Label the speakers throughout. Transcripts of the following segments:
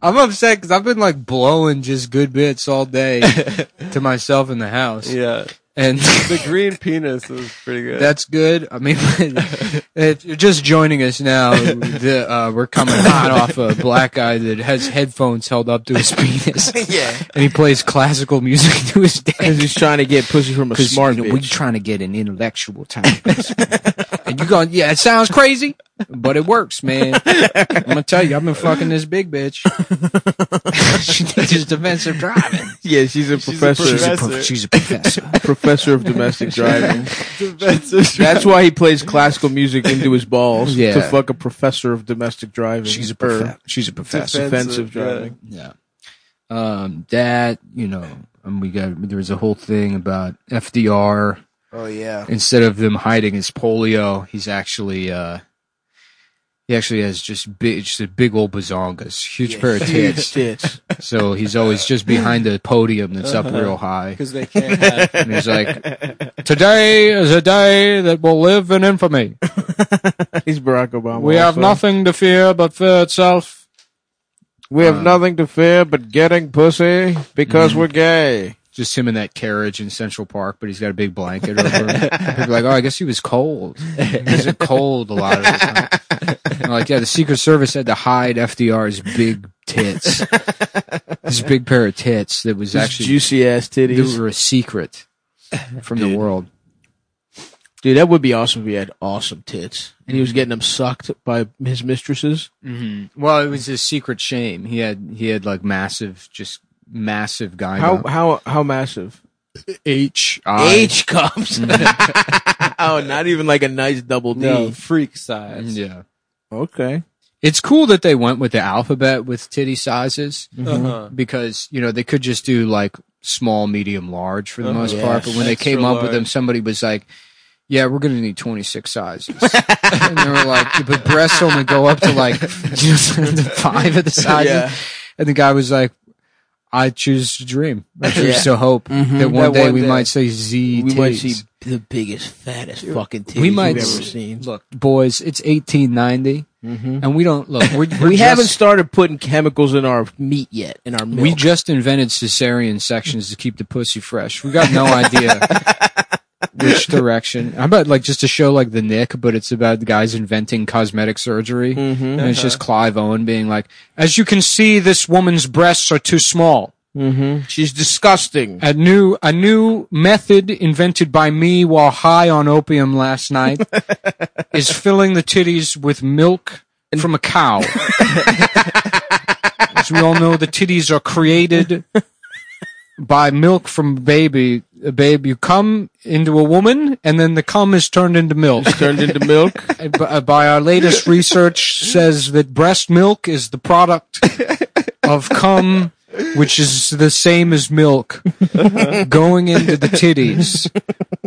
Speaker 1: I'm upset because I've been like blowing just good bits all day to myself in the house,
Speaker 2: Yeah.
Speaker 1: and
Speaker 2: The green penis was pretty good.
Speaker 1: that's good. I mean, if you're just joining us now, the, uh, we're coming hot off a black guy that has headphones held up to his penis,
Speaker 3: yeah.
Speaker 1: and he plays classical music to his dick.
Speaker 4: Because he's trying to get pussy from a
Speaker 1: Because
Speaker 4: smart
Speaker 1: you know,
Speaker 4: bitch.
Speaker 1: we trying to get an intellectual type. of person. and you going, yeah, it sounds crazy, but it works, man. I'm gonna tell you, I've been fucking this big bitch. she teaches defensive driving.
Speaker 4: yeah, she's a professor.
Speaker 2: professor.
Speaker 1: She's a, prof- she's a professor.
Speaker 4: professor of domestic driving.
Speaker 2: Defensive-
Speaker 4: That's why he plays classical music into his balls
Speaker 1: Yeah.
Speaker 4: to fuck a professor of domestic driving.
Speaker 1: She's a
Speaker 4: Or
Speaker 1: prof- she's a professor.
Speaker 4: defensive
Speaker 2: yeah.
Speaker 4: driving.
Speaker 1: Yeah. Um, that you know, and we got there was a whole thing about FDR.
Speaker 3: Oh yeah.
Speaker 1: Instead of them hiding his polio, he's actually uh, he actually has just big, just a big old bazongas, huge
Speaker 3: Yeah,
Speaker 1: pair of tits.
Speaker 4: Huge tits.
Speaker 1: so he's always just behind a podium that's
Speaker 3: Uh-huh.
Speaker 1: up real high,
Speaker 2: Because they can't have.
Speaker 1: and he's like, "Today is a day that will live in infamy.
Speaker 4: He's Barack Obama.
Speaker 1: We have
Speaker 4: also.
Speaker 1: nothing to fear but fear itself."
Speaker 4: We have
Speaker 1: Um,
Speaker 4: nothing to fear but getting pussy because
Speaker 1: Mm-hmm.
Speaker 4: we're gay.
Speaker 1: just him in that carriage in Central Park, but he's got a big blanket over him. People are like, oh, I guess he was cold. He's cold a lot of the time. And like, yeah, the Secret Service had to hide FDR's big tits, his big pair of tits that was
Speaker 4: These
Speaker 1: actually
Speaker 4: juicy ass
Speaker 1: they
Speaker 4: titties.
Speaker 1: were a secret from the world.
Speaker 4: Dude, that would be awesome if he had awesome tits. And he was getting them sucked by his mistresses.
Speaker 1: Mm-hmm. Well, it was his secret shame. He had he had like massive, just massive guy.
Speaker 4: How how how massive?
Speaker 1: H
Speaker 4: H cups.
Speaker 1: Mm-hmm.
Speaker 4: oh, not even like a nice double D.
Speaker 2: No, freak size.
Speaker 1: Yeah,
Speaker 4: Okay.
Speaker 1: it's cool that they went with the alphabet with titty sizes.
Speaker 2: Uh-huh.
Speaker 1: because you know they could just do like small, medium, large for the
Speaker 4: Oh,
Speaker 2: Uh-huh.
Speaker 1: most part. But when they
Speaker 2: Extra
Speaker 1: came up with them,
Speaker 2: large.
Speaker 1: somebody was like, "Yeah, we're gonna need 26 sizes," and they were like, "But breasts only go up to like you know, the five of the sizes."
Speaker 4: Yeah.
Speaker 1: And the guy was like, "I choose to dream. I choose
Speaker 4: Yeah. Mm-hmm.
Speaker 1: to hope that one
Speaker 2: That
Speaker 1: day
Speaker 2: one
Speaker 1: we
Speaker 2: day.
Speaker 1: might say Z
Speaker 4: We might
Speaker 1: titties."
Speaker 4: see the biggest, fattest fucking titties
Speaker 1: we
Speaker 4: we
Speaker 1: might
Speaker 4: have ever
Speaker 1: s-
Speaker 4: seen.
Speaker 1: Look, boys, it's 1890,
Speaker 4: Mhm.
Speaker 1: and we don't look. We're, we're
Speaker 4: We
Speaker 1: just-
Speaker 4: haven't started putting chemicals in our meat yet, in our milk.
Speaker 1: We just invented cesarean sections to keep the pussy fresh. We got no idea which direction. How about like just a show like The Nick, but it's about the guys inventing cosmetic surgery, and it's just Clive Owen being like, "As you can see, this woman's breasts are too small."
Speaker 4: She's disgusting.
Speaker 1: A new a new method invented by me while high on opium last night is filling the titties with milk from a cow. As we all know, the titties are created by milk from baby. A babe, you come into a woman, and then the cum is turned into milk.
Speaker 4: Turned into milk.
Speaker 1: And b- uh, by our latest research, says that breast milk is the product of cum, which is the same as milk, going into the titties.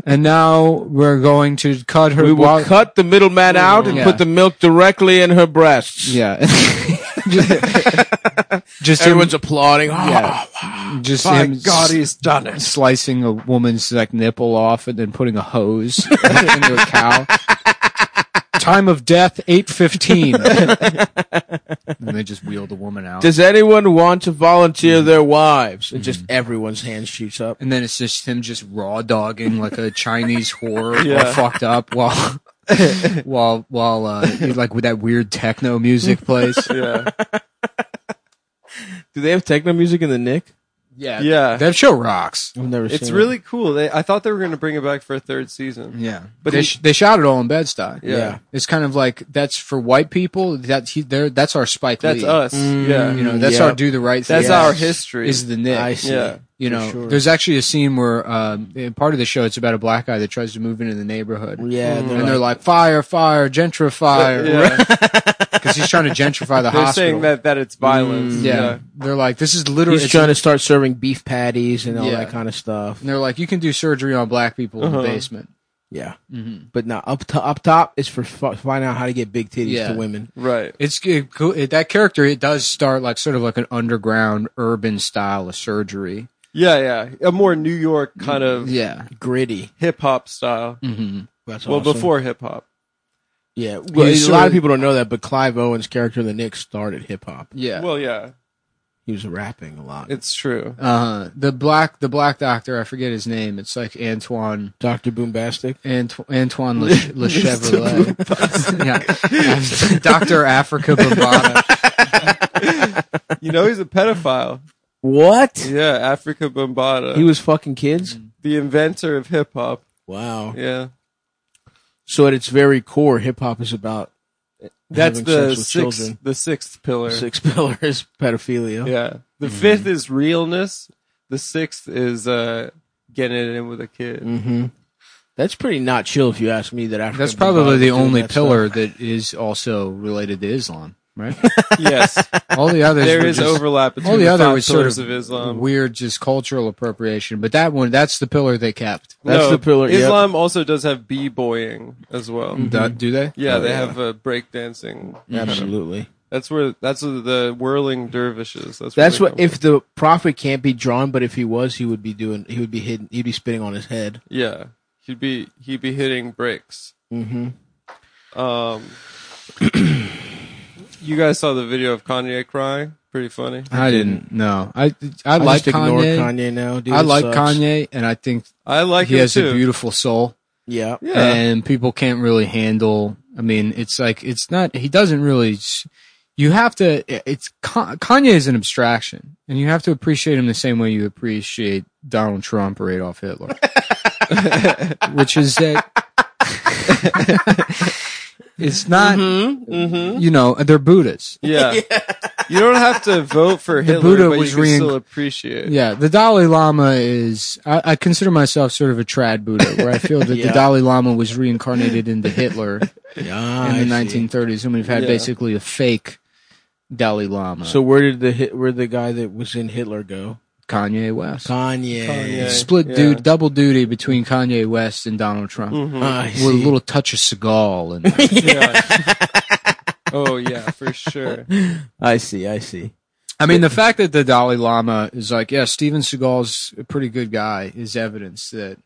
Speaker 1: And now we're going to cut her.
Speaker 4: We will
Speaker 1: wa-
Speaker 4: cut the middleman out and
Speaker 1: Yeah.
Speaker 4: put the milk directly in her breasts.
Speaker 1: Yeah. just just him-
Speaker 4: Everyone's applauding. Ah.
Speaker 1: yeah. Just
Speaker 2: My
Speaker 1: him
Speaker 2: God, he's done it.
Speaker 1: slicing a woman's like nipple off and then putting a hose into a cow. Time of death eight fifteen. and they just wheel the woman out.
Speaker 4: Does anyone want to volunteer their wives? And just everyone's hand shoots up.
Speaker 1: and then it's just him just raw dogging like a Chinese whore all
Speaker 2: Yeah.
Speaker 1: fucked up while while while uh, like with that weird techno music plays.
Speaker 2: Yeah.
Speaker 4: Do they have techno music in the Nick?
Speaker 1: Yeah.
Speaker 2: Yeah.
Speaker 1: That show rocks.
Speaker 4: I've never seen
Speaker 2: It's
Speaker 4: it.
Speaker 2: really cool. They, I thought they were going to bring it back for a third season.
Speaker 1: Yeah, but
Speaker 2: But
Speaker 1: they,
Speaker 2: he-
Speaker 1: sh- they shot it all in Bed Stuy.
Speaker 2: Yeah.
Speaker 4: Yeah.
Speaker 1: it's kind of like that's for white people. That he, there, that's our Spike
Speaker 2: That's
Speaker 1: Lee.
Speaker 2: us.
Speaker 4: Mm,
Speaker 2: yeah.
Speaker 1: You know, that's
Speaker 4: Yeah.
Speaker 1: our do the right thing.
Speaker 2: That's
Speaker 4: Yeah.
Speaker 2: our history.
Speaker 1: Is the Nick.
Speaker 4: I see.
Speaker 2: Yeah.
Speaker 1: you
Speaker 4: for
Speaker 1: know,
Speaker 4: sure.
Speaker 1: there's actually a scene where um, in part of the show it's about a black guy that tries to move into the neighborhood.
Speaker 4: Yeah,
Speaker 1: And they're like, fire, fire, gentrifier.
Speaker 2: yeah.
Speaker 1: Because he's trying to gentrify the
Speaker 2: They're
Speaker 1: hospital.
Speaker 2: saying that, that it's violence.
Speaker 4: Mm,
Speaker 1: yeah. They're like, this is literally.
Speaker 4: he's trying to start serving beef patties and all
Speaker 1: Yeah.
Speaker 4: that kind of stuff.
Speaker 1: and they're like, you can do surgery on black people in the
Speaker 2: Uh-huh.
Speaker 1: basement.
Speaker 4: Yeah,
Speaker 1: Mm-hmm.
Speaker 4: but now up to up top is for fu- find out how to get big titties
Speaker 1: Yeah.
Speaker 4: to women.
Speaker 2: Right.
Speaker 1: It's it, go- it, that character. It does start like sort of like an underground urban style of surgery.
Speaker 2: Yeah, yeah. A more New York kind of
Speaker 1: Yeah.
Speaker 4: Gritty.
Speaker 2: hip hop style.
Speaker 1: Mm-hmm.
Speaker 4: That's
Speaker 2: Well,
Speaker 4: awesome.
Speaker 2: before hip hop.
Speaker 4: yeah, well, a
Speaker 1: sort
Speaker 4: lot
Speaker 1: of-
Speaker 4: of people don't know that, but Clive Owen's character in the Knicks started hip hop.
Speaker 1: Yeah.
Speaker 2: Well, yeah.
Speaker 4: He was rapping a lot.
Speaker 2: It's true.
Speaker 1: Uh, the black the black doctor, I forget his name. It's like Antoine
Speaker 4: Doctor Boombastic.
Speaker 1: Anto- Antoine Le, Le Chevrolet. yeah, Doctor Africa Bambata.
Speaker 2: You know he's a pedophile.
Speaker 4: What?
Speaker 2: Yeah, Africa Bambata,
Speaker 4: He was fucking kids.
Speaker 2: the inventor of hip hop.
Speaker 4: Wow.
Speaker 2: Mm. Yeah,
Speaker 4: So at its very core, hip hop is about
Speaker 2: that's
Speaker 4: Having
Speaker 2: the
Speaker 4: sex with
Speaker 2: sixth,
Speaker 4: children.
Speaker 2: the sixth pillar.
Speaker 4: six pillars: pedophilia,
Speaker 2: Yeah, the
Speaker 4: Mm-hmm.
Speaker 2: fifth is realness. The sixth is uh, getting it in with a kid.
Speaker 4: Mm-hmm. That's pretty not chill, if you ask me. That African
Speaker 1: That's probably the
Speaker 4: doing
Speaker 1: only
Speaker 4: that
Speaker 1: pillar that is also related to Islam, right?
Speaker 2: Yes,
Speaker 1: All the others
Speaker 2: there
Speaker 1: were
Speaker 2: is
Speaker 1: just-
Speaker 2: overlap between
Speaker 1: All the, other
Speaker 2: five
Speaker 1: was sort
Speaker 2: pillars
Speaker 1: of,
Speaker 2: of Islam.
Speaker 1: weird, just cultural appropriation. But that one, that's the pillar they kept.
Speaker 4: That's
Speaker 2: no,
Speaker 4: the pillar, yep.
Speaker 2: Islam also does have b-boying as well.
Speaker 1: Do- do they?
Speaker 2: Yeah,
Speaker 4: Oh,
Speaker 2: they
Speaker 4: yeah. Mm-hmm.
Speaker 2: have uh, breakdancing.
Speaker 1: Mm.
Speaker 4: stuff. Absolutely.
Speaker 2: That's where that's where the whirling dervishes. That's where
Speaker 4: That's
Speaker 2: they
Speaker 4: what.
Speaker 2: come
Speaker 4: If the prophet can't be drawn, but if he was, he would be doing. He would be hidden. He'd be spitting on his head.
Speaker 2: from. yeah, he'd be he'd be hitting breaks.
Speaker 4: Mm-hmm.
Speaker 2: Um, you guys saw the video of Kanye crying? Pretty funny.
Speaker 1: I didn't. No, I I,
Speaker 4: I,
Speaker 1: like
Speaker 4: just ignore
Speaker 1: Kanye.
Speaker 4: Kanye now, dude.
Speaker 1: I
Speaker 4: It
Speaker 1: like
Speaker 4: sucks.
Speaker 1: Kanye, and I think
Speaker 2: I like
Speaker 1: he
Speaker 2: him
Speaker 1: has
Speaker 2: too.
Speaker 1: a beautiful soul.
Speaker 4: Yeah.
Speaker 2: Yeah.
Speaker 1: and people can't really handle. I mean, it's like it's not. He doesn't really. s- You have to. It's Con- Kanye is an abstraction, and you have to appreciate him the same way you appreciate Donald Trump or Adolf Hitler, which is that. it's not. You know, they're Buddhas.
Speaker 2: yeah. you don't have to vote for Hitler,
Speaker 1: Buddha
Speaker 2: but
Speaker 1: was
Speaker 2: you can
Speaker 1: rein-
Speaker 2: still appreciate.
Speaker 1: Yeah, the Dalai Lama is. I, I consider myself sort of a trad Buddha, where I feel that
Speaker 4: Yeah.
Speaker 1: the Dalai Lama was reincarnated into Hitler.
Speaker 4: Yeah. I
Speaker 1: in the
Speaker 4: see.
Speaker 1: 1930s, and we've had
Speaker 2: Yeah.
Speaker 1: basically a fake Dalai Lama,
Speaker 4: So where did the hit, where did the guy that was in Hitler go?
Speaker 1: Kanye West.
Speaker 4: Kanye.
Speaker 2: Kanye.
Speaker 1: Split
Speaker 2: Yeah.
Speaker 1: dude, double duty between Kanye West and Donald Trump,
Speaker 4: I
Speaker 1: with a
Speaker 4: Mm. see.
Speaker 1: little touch of Seagal. And
Speaker 2: Yeah. oh yeah, for sure.
Speaker 4: I see. I see.
Speaker 1: I mean, the fact that the Dalai Lama is like, yeah, Steven Seagal's a pretty good guy, is evidence that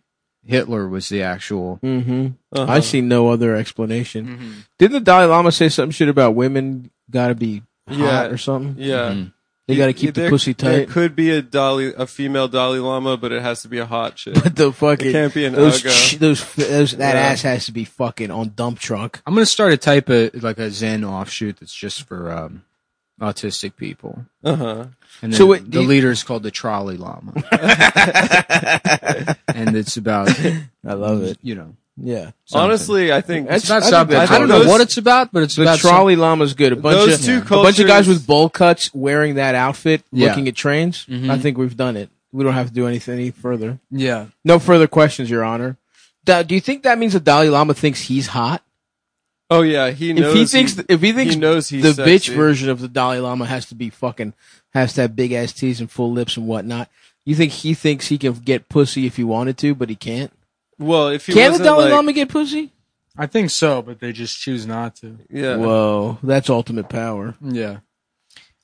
Speaker 1: Hitler was the actual.
Speaker 4: Mm-hmm.
Speaker 2: Uh-huh.
Speaker 4: I see no other explanation. Didn't the Dalai Lama say some shit about women got to be hot
Speaker 2: Yeah.
Speaker 4: or something?
Speaker 2: Yeah.
Speaker 1: Mhm.
Speaker 4: Mm-hmm. They got to keep the
Speaker 2: There-
Speaker 4: pussy
Speaker 2: There
Speaker 4: tight.
Speaker 2: could be a Dalai, a female Dalai Lama, but it has to be a hot chick.
Speaker 4: But the fucking
Speaker 2: It can't be an
Speaker 4: those,
Speaker 2: uggo.
Speaker 4: ch- those f- those that
Speaker 2: Yeah.
Speaker 4: ass has to be fucking on dump truck.
Speaker 1: I'm gonna start a type of like a Zen offshoot that's just for um, autistic people.
Speaker 2: Uh huh.
Speaker 1: And
Speaker 4: So
Speaker 1: so
Speaker 4: what- do
Speaker 1: the
Speaker 4: you-
Speaker 1: leader is called the Trolley Lama, and it's about
Speaker 4: I love it.
Speaker 1: you know
Speaker 4: Yeah,
Speaker 2: Honestly, I think
Speaker 4: That's-
Speaker 1: It's not
Speaker 4: I think
Speaker 1: something.
Speaker 4: that's
Speaker 1: I don't
Speaker 2: all.
Speaker 1: know
Speaker 2: Those-
Speaker 1: what it's about, but it's
Speaker 4: the
Speaker 1: about
Speaker 4: trolley lama's good. A bunch
Speaker 2: Those
Speaker 4: of
Speaker 2: two
Speaker 4: a bunch of guys
Speaker 2: cultures-
Speaker 4: with bowl cuts wearing that outfit,
Speaker 1: Yeah.
Speaker 4: looking at trains. I think we've done it. We don't have to do anything any further.
Speaker 1: some- yeah.
Speaker 4: No further questions, Your Honor. Da- do you think that means the Dalai Lama thinks he's hot?
Speaker 2: Oh yeah, he knows.
Speaker 4: If he thinks, if he thinks
Speaker 2: he knows he's
Speaker 4: the
Speaker 2: sexy.
Speaker 4: bitch version of the Dalai Lama has to be fucking has to have big ass teeth and full lips and whatnot. You think he thinks he can get pussy if he wanted to, but he can't?
Speaker 2: well, if he
Speaker 4: Can the
Speaker 2: wasn't
Speaker 4: Dalai
Speaker 2: like,
Speaker 4: Lama get pussy?
Speaker 1: I think so, but they just choose not to.
Speaker 2: yeah,
Speaker 4: Whoa, that's ultimate power.
Speaker 1: Yeah.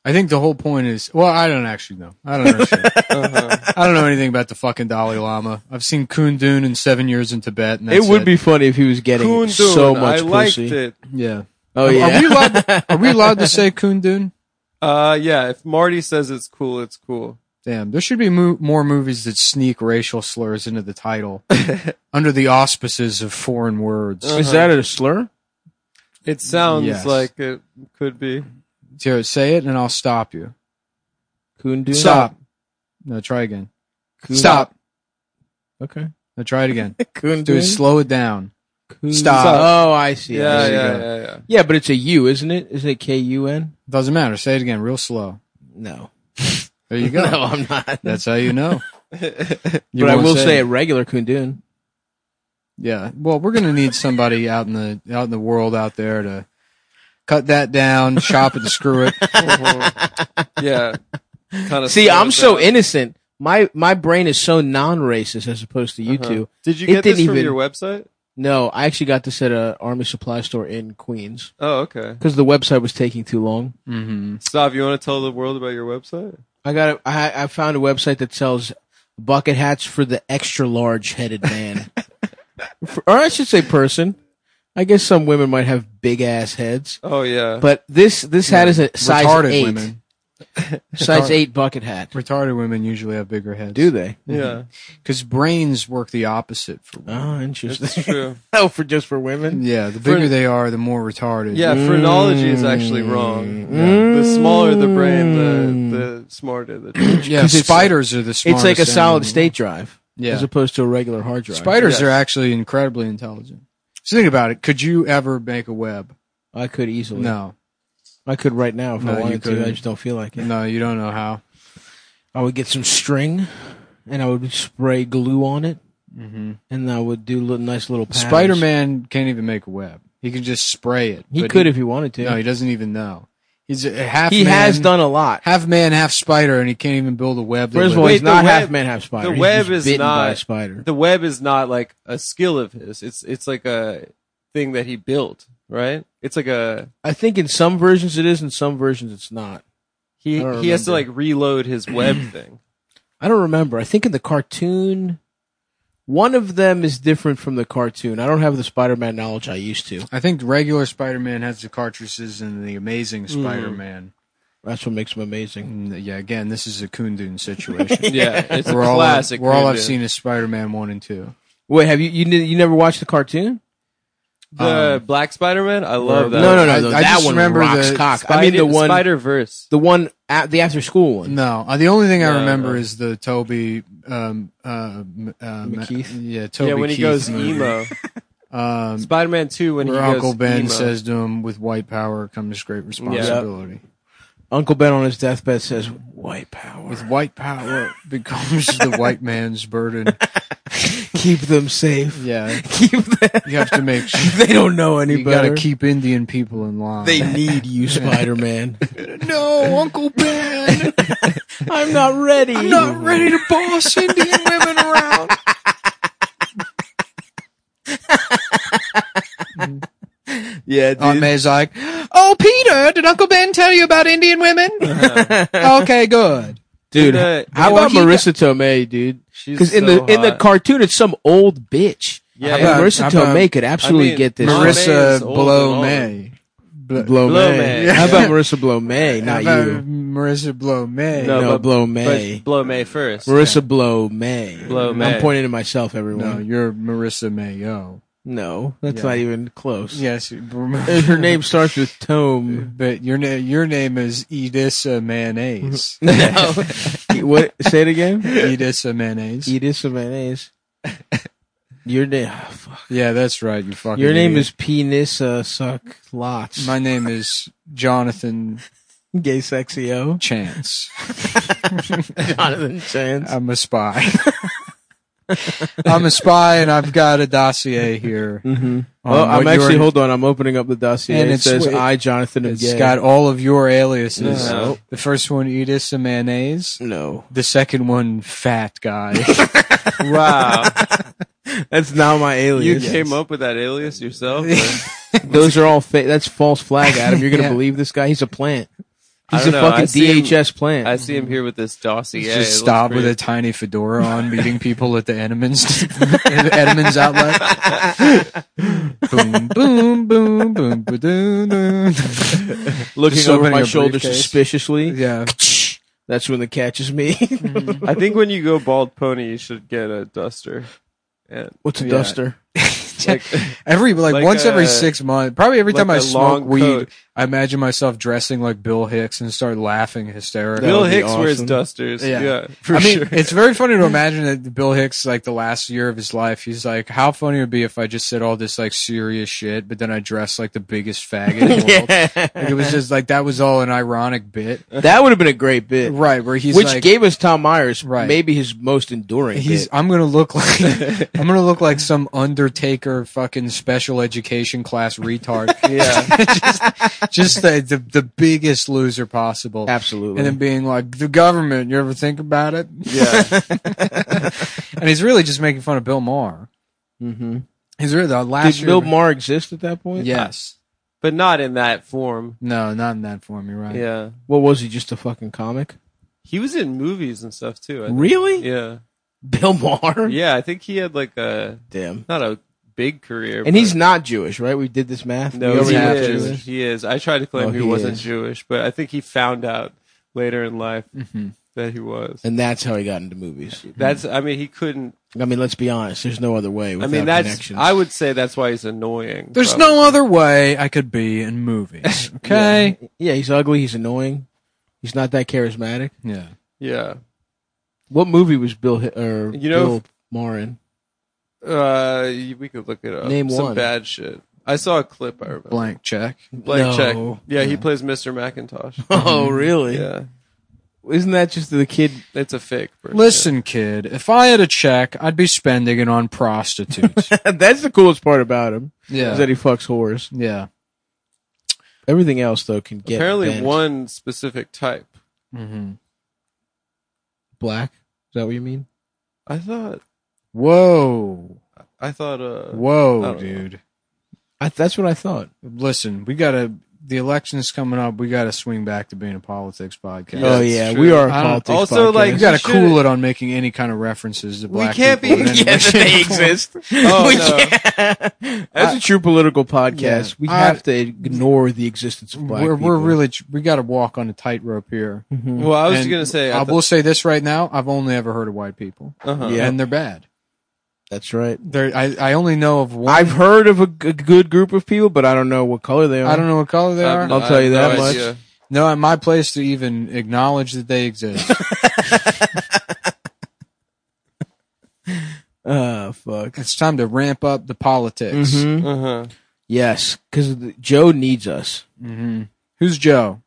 Speaker 1: I think the whole point is well, I don't actually know. I don't know. shit.
Speaker 4: Uh-huh.
Speaker 1: I don't know anything about the fucking Dalai Lama. I've seen Kundun and Seven Years in Tibet. And that's
Speaker 4: it would be funny if he was getting
Speaker 2: Kundun,
Speaker 4: so much
Speaker 2: I liked
Speaker 4: pussy.
Speaker 2: it.
Speaker 1: yeah.
Speaker 4: Oh
Speaker 1: Are
Speaker 4: yeah,
Speaker 1: we allowed? Are we allowed to say Kundun?
Speaker 2: Uh, yeah. If Marty says it's cool, it's cool.
Speaker 1: Damn, there should be mo- more movies that sneak racial slurs into the title under the auspices of foreign words.
Speaker 4: is that a slur?
Speaker 2: It sounds
Speaker 1: Yes.
Speaker 2: like it could be.
Speaker 1: Here, say it, and I'll stop you.
Speaker 4: Kundun.
Speaker 1: Stop. No, try again.
Speaker 4: Kundun.
Speaker 1: Stop.
Speaker 4: Okay.
Speaker 1: No, try it again.
Speaker 4: Kundun.
Speaker 1: Dude, slow it down.
Speaker 4: Kundun.
Speaker 1: stop.
Speaker 4: Oh, I see. I
Speaker 2: Yeah,
Speaker 4: see.
Speaker 2: yeah, yeah, yeah.
Speaker 4: Yeah, but it's a U, isn't it? Isn't it K U N?
Speaker 1: Doesn't matter. Say it again, real slow.
Speaker 4: No.
Speaker 1: There you go.
Speaker 4: No, I'm not.
Speaker 1: That's how you know. You
Speaker 4: but I
Speaker 1: won't
Speaker 4: will say a regular Kundun.
Speaker 1: Yeah. Well, we're gonna need somebody out in the out in the world out there to cut that down, chop it, and screw it.
Speaker 2: yeah. Kind of.
Speaker 4: See, I'm so innocent. My my brain is so non-racist as opposed to you two.
Speaker 2: Did you
Speaker 4: It
Speaker 2: get this
Speaker 4: didn't
Speaker 2: from
Speaker 4: even-
Speaker 2: your website?
Speaker 4: No, I actually got this at a army supply store in Queens
Speaker 2: Oh, okay.
Speaker 4: because the website was taking too long.
Speaker 1: Mm-hmm.
Speaker 2: Stav, you want to tell the world about your website?
Speaker 4: I got a, I, I found a website that sells bucket hats for the extra large headed man, For- or I should say person. I guess some women might have big ass heads,
Speaker 2: Oh yeah.
Speaker 4: but this this hat is a size
Speaker 1: Retarded
Speaker 4: eight.
Speaker 1: women.
Speaker 4: Size eight bucket hat.
Speaker 1: Retarded women usually have bigger heads.
Speaker 4: Do they?
Speaker 2: Yeah,
Speaker 1: Because brains work the opposite for women.
Speaker 4: Oh, interesting.
Speaker 2: that's true.
Speaker 4: oh, for just for women.
Speaker 1: Yeah, the bigger they are, the more retarded.
Speaker 2: Yeah, phrenology is actually
Speaker 4: Mm.
Speaker 2: wrong. The smaller the brain, the the smarter the.
Speaker 1: yeah.
Speaker 4: 'Cause it's-
Speaker 1: Spiders are the
Speaker 4: It's
Speaker 1: smartest.
Speaker 4: like a solid
Speaker 1: animal.
Speaker 4: state drive,
Speaker 1: Yeah.
Speaker 4: as opposed to a regular hard drive.
Speaker 1: Spiders
Speaker 2: Yes.
Speaker 1: are actually incredibly intelligent. So think about it. Could you ever make a web?
Speaker 4: I could easily.
Speaker 1: No,
Speaker 4: I could right now if
Speaker 1: No,
Speaker 4: I
Speaker 1: you
Speaker 4: wanted to. I
Speaker 1: couldn't.
Speaker 4: just don't feel like it.
Speaker 1: no, you don't know how.
Speaker 4: I would get some string, and I would spray glue on it,
Speaker 1: Mm-hmm.
Speaker 4: and I would do little, nice little patterns.
Speaker 1: Spider Man can't even make a web. He can just spray it.
Speaker 4: He
Speaker 1: but
Speaker 4: could if he wanted to.
Speaker 1: e- No, he doesn't even know. He's a half.
Speaker 4: he
Speaker 1: man,
Speaker 4: has done a lot.
Speaker 1: half man, half spider, and he can't even build a web. that
Speaker 4: First of all,
Speaker 1: lives.
Speaker 2: Wait,
Speaker 4: he's
Speaker 2: the
Speaker 4: not
Speaker 2: web-
Speaker 4: half man, half spider.
Speaker 2: the
Speaker 4: He's
Speaker 2: web
Speaker 4: just
Speaker 2: is
Speaker 4: bitten by a
Speaker 2: not-
Speaker 4: spider.
Speaker 2: The web is not like a skill of his. It's it's like a thing that he built, right? It's like a
Speaker 4: I think in some versions it is, in some versions it's not.
Speaker 2: he he
Speaker 4: I don't
Speaker 2: has to like
Speaker 4: remember.
Speaker 2: reload his web thing.
Speaker 4: I don't remember. I think in the cartoon, one of them is different from the cartoon. I don't have the Spider-Man knowledge I used to.
Speaker 1: I think regular Spider Man has the cartridges, and the Amazing
Speaker 4: Mm.
Speaker 1: Spider Man.
Speaker 4: That's what makes him amazing.
Speaker 1: Yeah, again, this is a Kundun situation.
Speaker 2: Yeah, it's a
Speaker 1: We're all, I-
Speaker 2: classic.
Speaker 1: we're all I've
Speaker 2: Kudu.
Speaker 1: seen is Spider Man one and two.
Speaker 4: Wait, have you you, ne- you never watched the cartoon?
Speaker 2: The
Speaker 1: um,
Speaker 2: Black Spider Man, I love that.
Speaker 4: No, no, no,
Speaker 1: I-
Speaker 4: no
Speaker 1: I
Speaker 4: that
Speaker 1: just
Speaker 4: one
Speaker 1: remember
Speaker 4: rocks
Speaker 1: the
Speaker 4: cock.
Speaker 2: Spider,
Speaker 4: I mean the one,
Speaker 2: Spider Verse.
Speaker 4: the one at the after school one.
Speaker 1: No, uh, the only thing I
Speaker 2: No,
Speaker 1: remember
Speaker 2: no.
Speaker 1: is the Toby. Um, uh, m- uh, ma-
Speaker 4: McKeith?
Speaker 1: Yeah, Toby.
Speaker 2: Yeah, when he
Speaker 1: Keith
Speaker 2: goes
Speaker 1: movie.
Speaker 2: emo.
Speaker 1: Um,
Speaker 2: Spider Man Two, when he
Speaker 1: where
Speaker 2: goes
Speaker 1: Uncle Ben
Speaker 2: emo.
Speaker 1: says to him, "With white power comes great responsibility."
Speaker 4: Uncle Ben on his deathbed says, "White power,
Speaker 1: With white power becomes the white man's burden.
Speaker 4: keep them safe.
Speaker 1: Yeah,
Speaker 4: Keep them.
Speaker 1: you have to make. Sure.
Speaker 4: they don't know any
Speaker 1: You got
Speaker 4: better.
Speaker 1: to keep Indian people in line.
Speaker 4: they need you, Spider-Man.
Speaker 1: no, Uncle Ben.
Speaker 4: I'm not ready.
Speaker 1: I'm not ready to boss Indian women around.
Speaker 4: Yeah, dude.
Speaker 1: Aunt May's like, "Oh, Peter, did Uncle Ben tell you about Indian women? okay, good.
Speaker 2: In
Speaker 4: dude.
Speaker 2: the-
Speaker 4: how
Speaker 1: in
Speaker 4: about
Speaker 1: the-
Speaker 4: Marissa Tomei, dude?
Speaker 2: She's
Speaker 4: Because in
Speaker 2: so
Speaker 4: the in the
Speaker 2: hot.
Speaker 4: cartoon, it's some old bitch.
Speaker 2: Yeah,
Speaker 4: I mean,
Speaker 1: yeah.
Speaker 4: Marissa
Speaker 1: How about-
Speaker 4: Tomei could absolutely
Speaker 2: I mean,
Speaker 4: get this.
Speaker 2: Aunt May Marissa-
Speaker 1: Marissa
Speaker 2: is old and
Speaker 1: Blow
Speaker 2: all.
Speaker 1: May. Bl-
Speaker 4: Blow,
Speaker 2: Blow
Speaker 4: May.
Speaker 2: May.
Speaker 4: How about Marissa Blow May?
Speaker 1: How
Speaker 4: Not
Speaker 1: about
Speaker 4: you.
Speaker 1: Marissa Blow May.
Speaker 2: No,
Speaker 4: No, but,
Speaker 2: but-
Speaker 4: Blow May.
Speaker 2: but blow May first.
Speaker 4: Marissa Blow May.
Speaker 2: Blow
Speaker 4: I'm
Speaker 2: May.
Speaker 4: pointing to myself,
Speaker 1: No,
Speaker 4: everyone.
Speaker 1: you're Marissa Mayo.
Speaker 4: No, that's
Speaker 1: Yeah.
Speaker 4: not even close.
Speaker 1: Yes,
Speaker 4: Uh, Her name starts with Tome.
Speaker 1: But your name, your name is Edissa Mayonnaise.
Speaker 4: No. what? Say it again.
Speaker 1: Edissa Mayonnaise.
Speaker 4: Edith Mayonnaise. Your name. oh, fuck.
Speaker 1: yeah, that's right. You fucking.
Speaker 4: Your name
Speaker 1: idiot.
Speaker 4: is Penis uh, Suck Lots.
Speaker 1: My name is Jonathan
Speaker 4: Gay Sexy O.
Speaker 1: Chance.
Speaker 4: Jonathan Chance.
Speaker 1: I'm a spy. I'm a spy, and I've got a dossier here.
Speaker 4: Mm-hmm.
Speaker 1: on
Speaker 4: oh,
Speaker 1: what
Speaker 4: I'm
Speaker 1: your-
Speaker 4: actually hold on. I'm opening up the dossier.
Speaker 1: And
Speaker 4: And it
Speaker 1: it's-
Speaker 4: says
Speaker 1: it-
Speaker 4: I, Jonathan, am
Speaker 1: It's
Speaker 4: gay.
Speaker 1: got all of your aliases.
Speaker 2: No.
Speaker 1: The first one, Edissa Mayonnaise.
Speaker 4: no.
Speaker 1: The second one, Fat Guy.
Speaker 2: Wow,
Speaker 4: That's not my
Speaker 2: you
Speaker 4: alias.
Speaker 2: came up with that alias yourself.
Speaker 4: Those are all fake. That's false flag, Adam. You're gonna
Speaker 1: Yeah.
Speaker 4: believe this guy? He's a plant.
Speaker 2: I
Speaker 4: He's a
Speaker 2: don't know. I
Speaker 4: fucking
Speaker 2: see him-
Speaker 4: DHS plant.
Speaker 2: I see him here with this dossier. It
Speaker 1: just
Speaker 2: looks
Speaker 1: stop with
Speaker 2: pretty-
Speaker 1: a tiny fedora on, meeting people at the Edmonds Edmonds outlet. boom, boom, boom, boom, boom, boom.
Speaker 4: Looking
Speaker 1: Just
Speaker 4: over
Speaker 1: opening
Speaker 4: my
Speaker 1: a
Speaker 4: shoulder
Speaker 1: briefcase.
Speaker 4: suspiciously.
Speaker 1: Yeah,
Speaker 4: That's when the catches me.
Speaker 1: Mm-hmm.
Speaker 2: I think when you go bald pony, you should get a duster. And
Speaker 4: What's a
Speaker 1: Yeah.
Speaker 4: duster?
Speaker 2: like,
Speaker 1: every like,
Speaker 2: Like
Speaker 1: once every
Speaker 2: a-
Speaker 1: six months, probably every
Speaker 2: like
Speaker 1: time I
Speaker 2: a
Speaker 1: smoke
Speaker 2: long
Speaker 1: weed,
Speaker 2: coat.
Speaker 1: I imagine myself dressing like Bill Hicks and start laughing hysterically.
Speaker 2: Bill
Speaker 4: would be
Speaker 2: Hicks wears
Speaker 4: awesome.
Speaker 2: dusters.
Speaker 1: Yeah.
Speaker 2: Yeah, for
Speaker 1: I mean,
Speaker 2: sure.
Speaker 1: it's very funny to imagine that Bill Hicks, like the last year of his life, he's like, "How funny it would be if I just said all this like serious shit, but then I dressed like the biggest faggot in the world." Like, it was just like that was all an ironic bit,
Speaker 4: That would have been a great bit.
Speaker 1: right? Where he's
Speaker 4: Which
Speaker 1: like,
Speaker 4: gave us Tom Myers,
Speaker 1: Right.
Speaker 4: maybe his most enduring.
Speaker 1: he's
Speaker 4: bit.
Speaker 1: I'm gonna look like I'm gonna look like some Undertaker fucking special education class retard.
Speaker 2: yeah,
Speaker 1: just the, the the biggest loser possible.
Speaker 4: absolutely.
Speaker 1: And then being like, the government, you ever think about it?
Speaker 2: yeah.
Speaker 1: And he's really just making fun of Bill Maher.
Speaker 4: mm-hmm.
Speaker 1: He's really the last
Speaker 4: Did
Speaker 1: year.
Speaker 4: Bill Maher exist at that point?
Speaker 1: yes.
Speaker 2: But not in that form.
Speaker 1: No, not in that form. You're right.
Speaker 2: Yeah.
Speaker 4: What was he? Just a fucking comic?
Speaker 2: He was in movies and stuff too. I think.
Speaker 4: Really?
Speaker 2: Yeah.
Speaker 4: Bill Maher?
Speaker 2: Yeah, I think he had like a
Speaker 4: Damn.
Speaker 2: not a big career.
Speaker 4: And he's
Speaker 2: but-
Speaker 4: not Jewish, right? We did this math.
Speaker 2: no,
Speaker 4: We
Speaker 2: he
Speaker 4: already
Speaker 1: not
Speaker 4: went through
Speaker 2: is.
Speaker 4: this.
Speaker 2: He is. I tried to claim
Speaker 4: Oh,
Speaker 2: he,
Speaker 4: he
Speaker 2: wasn't
Speaker 4: is.
Speaker 2: Jewish, but I think he found out later in life
Speaker 1: Mhm.
Speaker 2: that he was.
Speaker 4: and that's how he got into movies.
Speaker 2: That's I mean he couldn't.
Speaker 4: I mean, let's be honest. There's no other way.
Speaker 2: I
Speaker 4: Without
Speaker 2: mean that's
Speaker 4: connections.
Speaker 2: I would say that's why he's annoying.
Speaker 1: There's
Speaker 2: probably.
Speaker 1: no other way I could be in movies. Okay.
Speaker 4: Yeah, he's ugly. He's annoying. He's not that charismatic.
Speaker 1: yeah.
Speaker 2: yeah.
Speaker 4: What movie was Bill Hi- or
Speaker 2: You know-
Speaker 4: Bill Maher in?
Speaker 2: Uh, you- we could look it up.
Speaker 4: Name
Speaker 2: Some
Speaker 4: one.
Speaker 2: bad shit. I saw a clip. I remember.
Speaker 1: Blank check.
Speaker 2: Blank
Speaker 4: No.
Speaker 2: check. Yeah, he plays Mr. McIntosh.
Speaker 4: Oh, really?
Speaker 2: yeah,
Speaker 4: Isn't that just the kid?
Speaker 2: it's a fake. Person.
Speaker 1: Listen, kid, if I had a check, I'd be spending it on prostitutes.
Speaker 4: that's the coolest part about him is
Speaker 2: e-
Speaker 4: that
Speaker 1: yeah.
Speaker 4: he fucks whores.
Speaker 1: Yeah.
Speaker 4: Everything else though can get
Speaker 2: apparently
Speaker 4: bent.
Speaker 2: one specific type.
Speaker 1: hmm
Speaker 4: black. Is that what you mean?
Speaker 2: I thought.
Speaker 1: Whoa.
Speaker 2: I thought. Uh, I
Speaker 1: Whoa,
Speaker 2: don't know.
Speaker 1: dude.
Speaker 4: I, that's what I thought.
Speaker 1: Listen, we got to, the election's coming up. We got to swing back to being a politics podcast.
Speaker 2: Yeah,
Speaker 4: oh
Speaker 2: it's
Speaker 4: yeah,
Speaker 2: true.
Speaker 4: we are a
Speaker 1: I don't-
Speaker 4: politics.
Speaker 2: also,
Speaker 4: podcast.
Speaker 2: like,
Speaker 1: You got to
Speaker 2: should-
Speaker 1: cool it on making any kind of references to
Speaker 2: We
Speaker 1: black
Speaker 2: can't be-
Speaker 1: people in any
Speaker 4: yeah,
Speaker 1: way,
Speaker 4: that
Speaker 1: shape, or
Speaker 4: they
Speaker 1: form.
Speaker 4: exist.
Speaker 2: Oh,
Speaker 4: We
Speaker 2: no.
Speaker 4: can't- That's a true political podcast.
Speaker 1: Yeah.
Speaker 4: we
Speaker 1: I-
Speaker 4: have to ignore the existence of black
Speaker 1: We're,
Speaker 4: people.
Speaker 1: we're really, we got to walk on a tightrope here.
Speaker 2: Well, I was
Speaker 1: And
Speaker 2: gonna say.
Speaker 1: I
Speaker 2: I
Speaker 1: will say this right now. I've only ever heard of white people,
Speaker 2: thought- uh-huh.
Speaker 4: Yeah.
Speaker 1: and they're bad.
Speaker 4: That's right.
Speaker 1: They're, I, I only know of one.
Speaker 4: I've heard of a g- good group of people, but I don't know what color they are.
Speaker 1: I don't know what color they
Speaker 2: I
Speaker 1: are.
Speaker 2: have no-
Speaker 4: I'll
Speaker 2: I
Speaker 4: tell you
Speaker 2: have
Speaker 4: that
Speaker 2: no
Speaker 4: much.
Speaker 2: idea.
Speaker 1: No, at my place to even acknowledge that they exist.
Speaker 4: Oh, fuck.
Speaker 1: it's time to ramp up the politics.
Speaker 4: Mhm.
Speaker 2: Uh-huh.
Speaker 4: Yes, because Joe needs us.
Speaker 1: Mm-hmm. Who's Joe?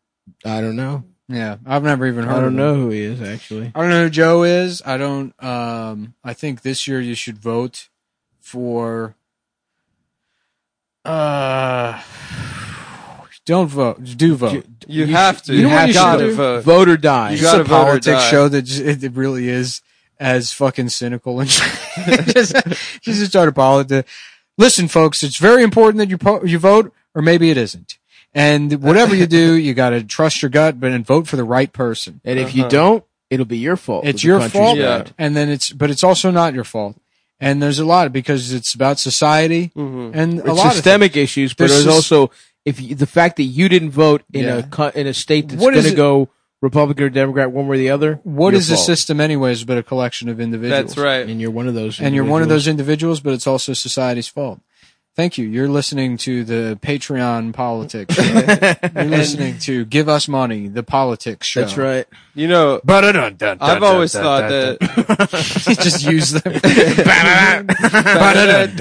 Speaker 4: I don't know.
Speaker 1: Yeah, I've never even heard.
Speaker 4: I
Speaker 1: of
Speaker 4: don't
Speaker 1: him.
Speaker 4: know who he is actually.
Speaker 1: I don't know who Joe is. I don't. Um, I think this year you should vote for. Uh, don't vote. Do vote.
Speaker 4: You-
Speaker 2: You, have to.
Speaker 1: you know what you should
Speaker 2: gotta
Speaker 1: do?
Speaker 2: vote.
Speaker 4: Vote or die.
Speaker 2: uh, You
Speaker 1: It's
Speaker 2: gotta
Speaker 1: a
Speaker 2: vote or
Speaker 1: politics
Speaker 2: die.
Speaker 1: show that just, it, it really is as fucking cynical and just just a start of politics. Listen, folks, it's very important that you po- you vote, or maybe it isn't. And whatever you do, you got to trust your gut, but and vote for the right person.
Speaker 4: and if you
Speaker 2: Uh-huh.
Speaker 4: don't, it'll be your fault.
Speaker 1: It's
Speaker 4: that the
Speaker 1: your
Speaker 4: country's
Speaker 1: fault,
Speaker 2: Yeah.
Speaker 4: bad.
Speaker 1: and then it's but it's also not your fault. And there's a lot because it's about society
Speaker 2: Mhm.
Speaker 1: and a
Speaker 4: It's
Speaker 1: lot of
Speaker 4: systemic issues, but
Speaker 1: There's
Speaker 4: there's
Speaker 1: sys-
Speaker 4: also if you, the fact that you didn't vote in
Speaker 1: Yeah.
Speaker 4: a co- in a state that's
Speaker 1: What
Speaker 4: going
Speaker 1: is
Speaker 4: to
Speaker 1: it-
Speaker 4: go Republican or Democrat, one way or the other.
Speaker 1: What
Speaker 4: your
Speaker 1: is
Speaker 4: fault.
Speaker 1: a system, anyways, but a collection of individuals?
Speaker 2: That's right.
Speaker 4: And you're one of those.
Speaker 1: and you're one of
Speaker 4: individuals.
Speaker 1: those individuals, but it's also society's fault. Thank you. You're listening to the Patreon politics. Show. You're listening to Give Us Money, the politics show.
Speaker 4: That's right.
Speaker 2: You know,
Speaker 1: But I don't. dun,
Speaker 2: I've always thought that.
Speaker 1: just use them.
Speaker 4: Can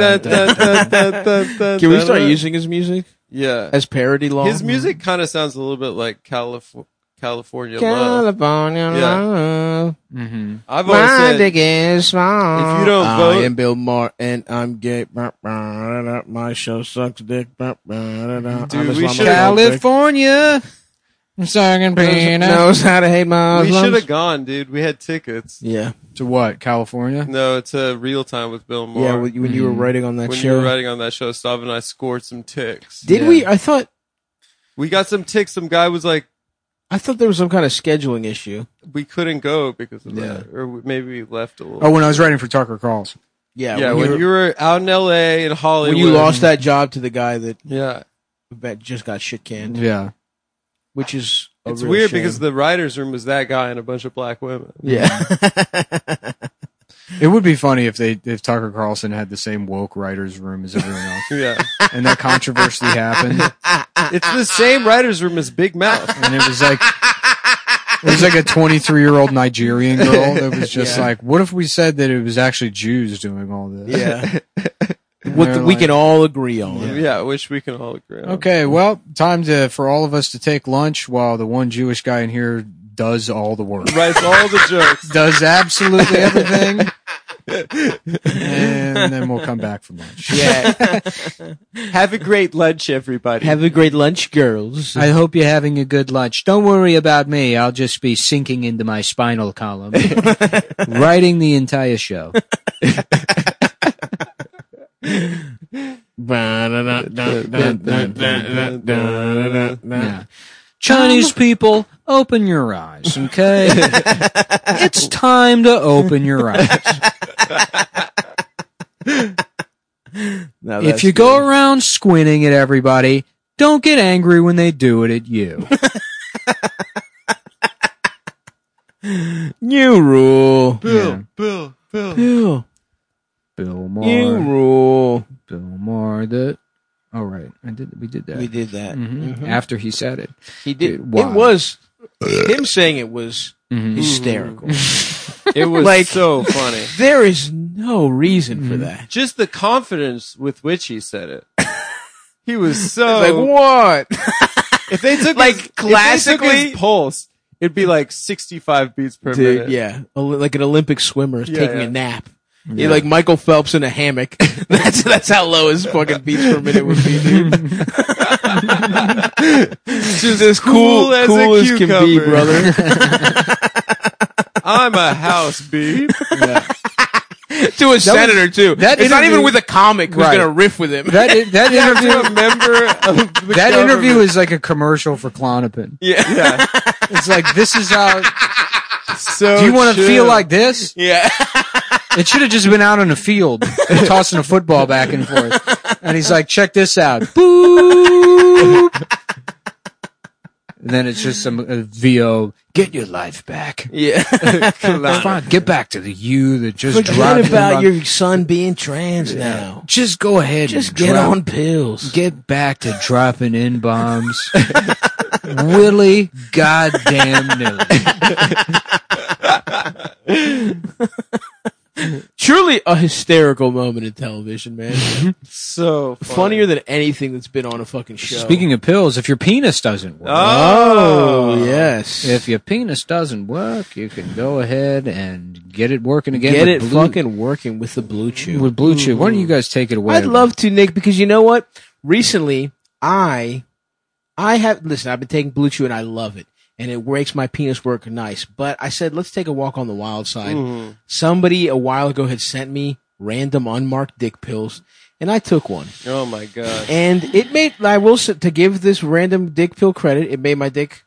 Speaker 2: Can
Speaker 4: we start using his music
Speaker 2: Yeah.
Speaker 4: as parody law?
Speaker 2: His music kind of sounds a little bit like Calif- California Love.
Speaker 4: California
Speaker 2: Yeah.
Speaker 4: love.
Speaker 1: hmm
Speaker 2: I've always
Speaker 4: My
Speaker 2: said
Speaker 4: dick is small.
Speaker 2: if you don't
Speaker 4: I
Speaker 2: vote-
Speaker 4: am Bill Maher and I'm gay. Bah, bah, da, da. My show sucks dick. Bah, bah, da, da.
Speaker 2: Dude,
Speaker 4: I'm
Speaker 2: we
Speaker 4: Islamophobic.
Speaker 2: should-
Speaker 1: California. I'm sucking
Speaker 4: Knows,
Speaker 1: peanut.
Speaker 4: knows how to hate my
Speaker 2: we should
Speaker 4: Muslims.
Speaker 2: have gone, dude. We had tickets.
Speaker 4: Yeah,
Speaker 1: To what? California?
Speaker 2: No, it's a real time with Bill Maher.
Speaker 4: yeah. When, you- when you were
Speaker 1: Mhm.
Speaker 4: writing on that
Speaker 2: when you
Speaker 4: show,
Speaker 2: were writing on that show, Stav and I scored some ticks.
Speaker 4: did
Speaker 1: Yeah.
Speaker 4: we? I thought
Speaker 2: We got some ticks. Some guy was like,
Speaker 4: I thought there was some kind of scheduling issue.
Speaker 2: we couldn't go because of
Speaker 4: Yeah.
Speaker 2: that, or we- maybe we left a little.
Speaker 1: Oh, when I was writing for Tucker Carl's.
Speaker 4: Yeah,
Speaker 2: yeah, when, you were out in L.A. in Hollywood,
Speaker 4: when you lost that job to the guy that,
Speaker 2: Yeah,
Speaker 4: that just got shit canned,
Speaker 1: Yeah.
Speaker 4: which is a
Speaker 2: it's
Speaker 4: real
Speaker 2: weird
Speaker 4: shame.
Speaker 2: because the writers' room was that guy and a bunch of black women.
Speaker 4: yeah.
Speaker 1: It would be funny if they if Tucker Carlson had the same woke writers room as everyone else,
Speaker 2: Yeah,
Speaker 1: and that controversy happened.
Speaker 2: it's the same writers' room as Big Mouth.
Speaker 1: and it was like it was like a 23 year old Nigerian girl that was just
Speaker 4: Yeah.
Speaker 1: like, what if we said that it was actually Jews doing all this?
Speaker 4: Yeah.
Speaker 1: And
Speaker 4: what
Speaker 1: they're
Speaker 4: we
Speaker 1: like,
Speaker 4: can all agree on.
Speaker 2: Yeah, which we can all agree. on.
Speaker 1: Okay, well, time to for all of us to take lunch while the one Jewish guy in here does all the work,
Speaker 2: writes all the jokes.
Speaker 1: does absolutely everything, and then we'll come back for lunch.
Speaker 4: Yeah.
Speaker 2: Have a great lunch, everybody.
Speaker 4: Have a great lunch, girls.
Speaker 1: I hope you're having a good lunch. Don't worry about me. I'll just be sinking into my spinal column, writing the entire show. Yeah.
Speaker 4: Um,
Speaker 1: Chinese people, open your eyes, okay? it's time to open your eyes.
Speaker 4: Now
Speaker 1: if
Speaker 4: Oh, that's
Speaker 1: you go
Speaker 4: good.
Speaker 1: around squinting at everybody, don't get angry when they do it at you.
Speaker 4: New rule.
Speaker 2: Bill,
Speaker 1: Yeah.
Speaker 2: Bill, Bill.
Speaker 4: Bill.
Speaker 1: Bill Maher.
Speaker 4: New rule.
Speaker 1: Bill Maher. The. Oh right, I did. We did that.
Speaker 4: We did that. Mm-hmm.
Speaker 1: Mhm. After he said it.
Speaker 4: He did.
Speaker 1: Dude, wow.
Speaker 4: It was him saying it was
Speaker 1: Mhm.
Speaker 4: hysterical.
Speaker 2: It was
Speaker 4: Like-
Speaker 2: so funny.
Speaker 4: there is no reason for that.
Speaker 2: Just the confidence with which he said it. He was so
Speaker 4: Like what?
Speaker 2: if they took
Speaker 4: like
Speaker 2: his, if they took
Speaker 4: classically-
Speaker 2: his pulse, it'd be like sixty five beats per minute.
Speaker 4: Dude, yeah, Oli- like an Olympic swimmer is
Speaker 2: Yeah,
Speaker 4: taking
Speaker 2: yeah.
Speaker 4: a nap. Yeah, like Michael Phelps in a hammock. that's that's how low his fucking beats per minute would be, dude. Just as cool,
Speaker 2: cool as a
Speaker 4: cool as can be,
Speaker 2: cucumber.
Speaker 4: brother.
Speaker 2: I'm a house bee.
Speaker 4: to a senator too.
Speaker 1: that
Speaker 4: it's not
Speaker 1: interview-
Speaker 4: even with a comic who's
Speaker 1: Right.
Speaker 4: gonna riff with him.
Speaker 1: That i- that
Speaker 2: to a
Speaker 1: interview.
Speaker 2: member of the
Speaker 1: That
Speaker 2: government.
Speaker 1: interview is like a commercial for Clonopin.
Speaker 4: yeah,
Speaker 2: yeah.
Speaker 1: It's like this is how.
Speaker 2: So
Speaker 4: Oh,
Speaker 1: Do you want to
Speaker 2: chill.
Speaker 1: feel like this?
Speaker 4: yeah.
Speaker 1: It should have just been out on a field and tossing a football back and forth. And he's like, check this out. Boop. And then it's just some uh, VO. Get your life back.
Speaker 4: yeah.
Speaker 1: Fine, get back to the you that just dropped
Speaker 4: Forget about your son being trans now.
Speaker 1: Just go ahead.
Speaker 4: Just
Speaker 1: and
Speaker 4: get
Speaker 1: drop-
Speaker 4: on pills.
Speaker 1: Get back to dropping in bombs. Willie, goddamn nilly.
Speaker 4: Truly a hysterical moment in television, man.
Speaker 2: so funny.
Speaker 4: Funnier than anything that's been on a fucking show.
Speaker 1: Speaking of pills, if your penis doesn't work,
Speaker 2: Oh,
Speaker 4: oh yes,
Speaker 1: If your penis doesn't work, you can go ahead and get it working again.
Speaker 4: get
Speaker 1: with
Speaker 4: it
Speaker 1: blue,
Speaker 4: fucking working with the blue chew.
Speaker 1: with Blue Chew. Why don't you guys take it away?
Speaker 4: I'd love to, Nick, because you know what? Recently, I, I have listen. I've been taking Blue Chew, and I love it, and it makes my penis work nice. But I said, let's take a walk on the wild side. Somebody a while ago had sent me random unmarked dick pills, and I took one,
Speaker 2: Oh my god.
Speaker 4: and it made. I will say, to give this random dick pill credit, it made my dick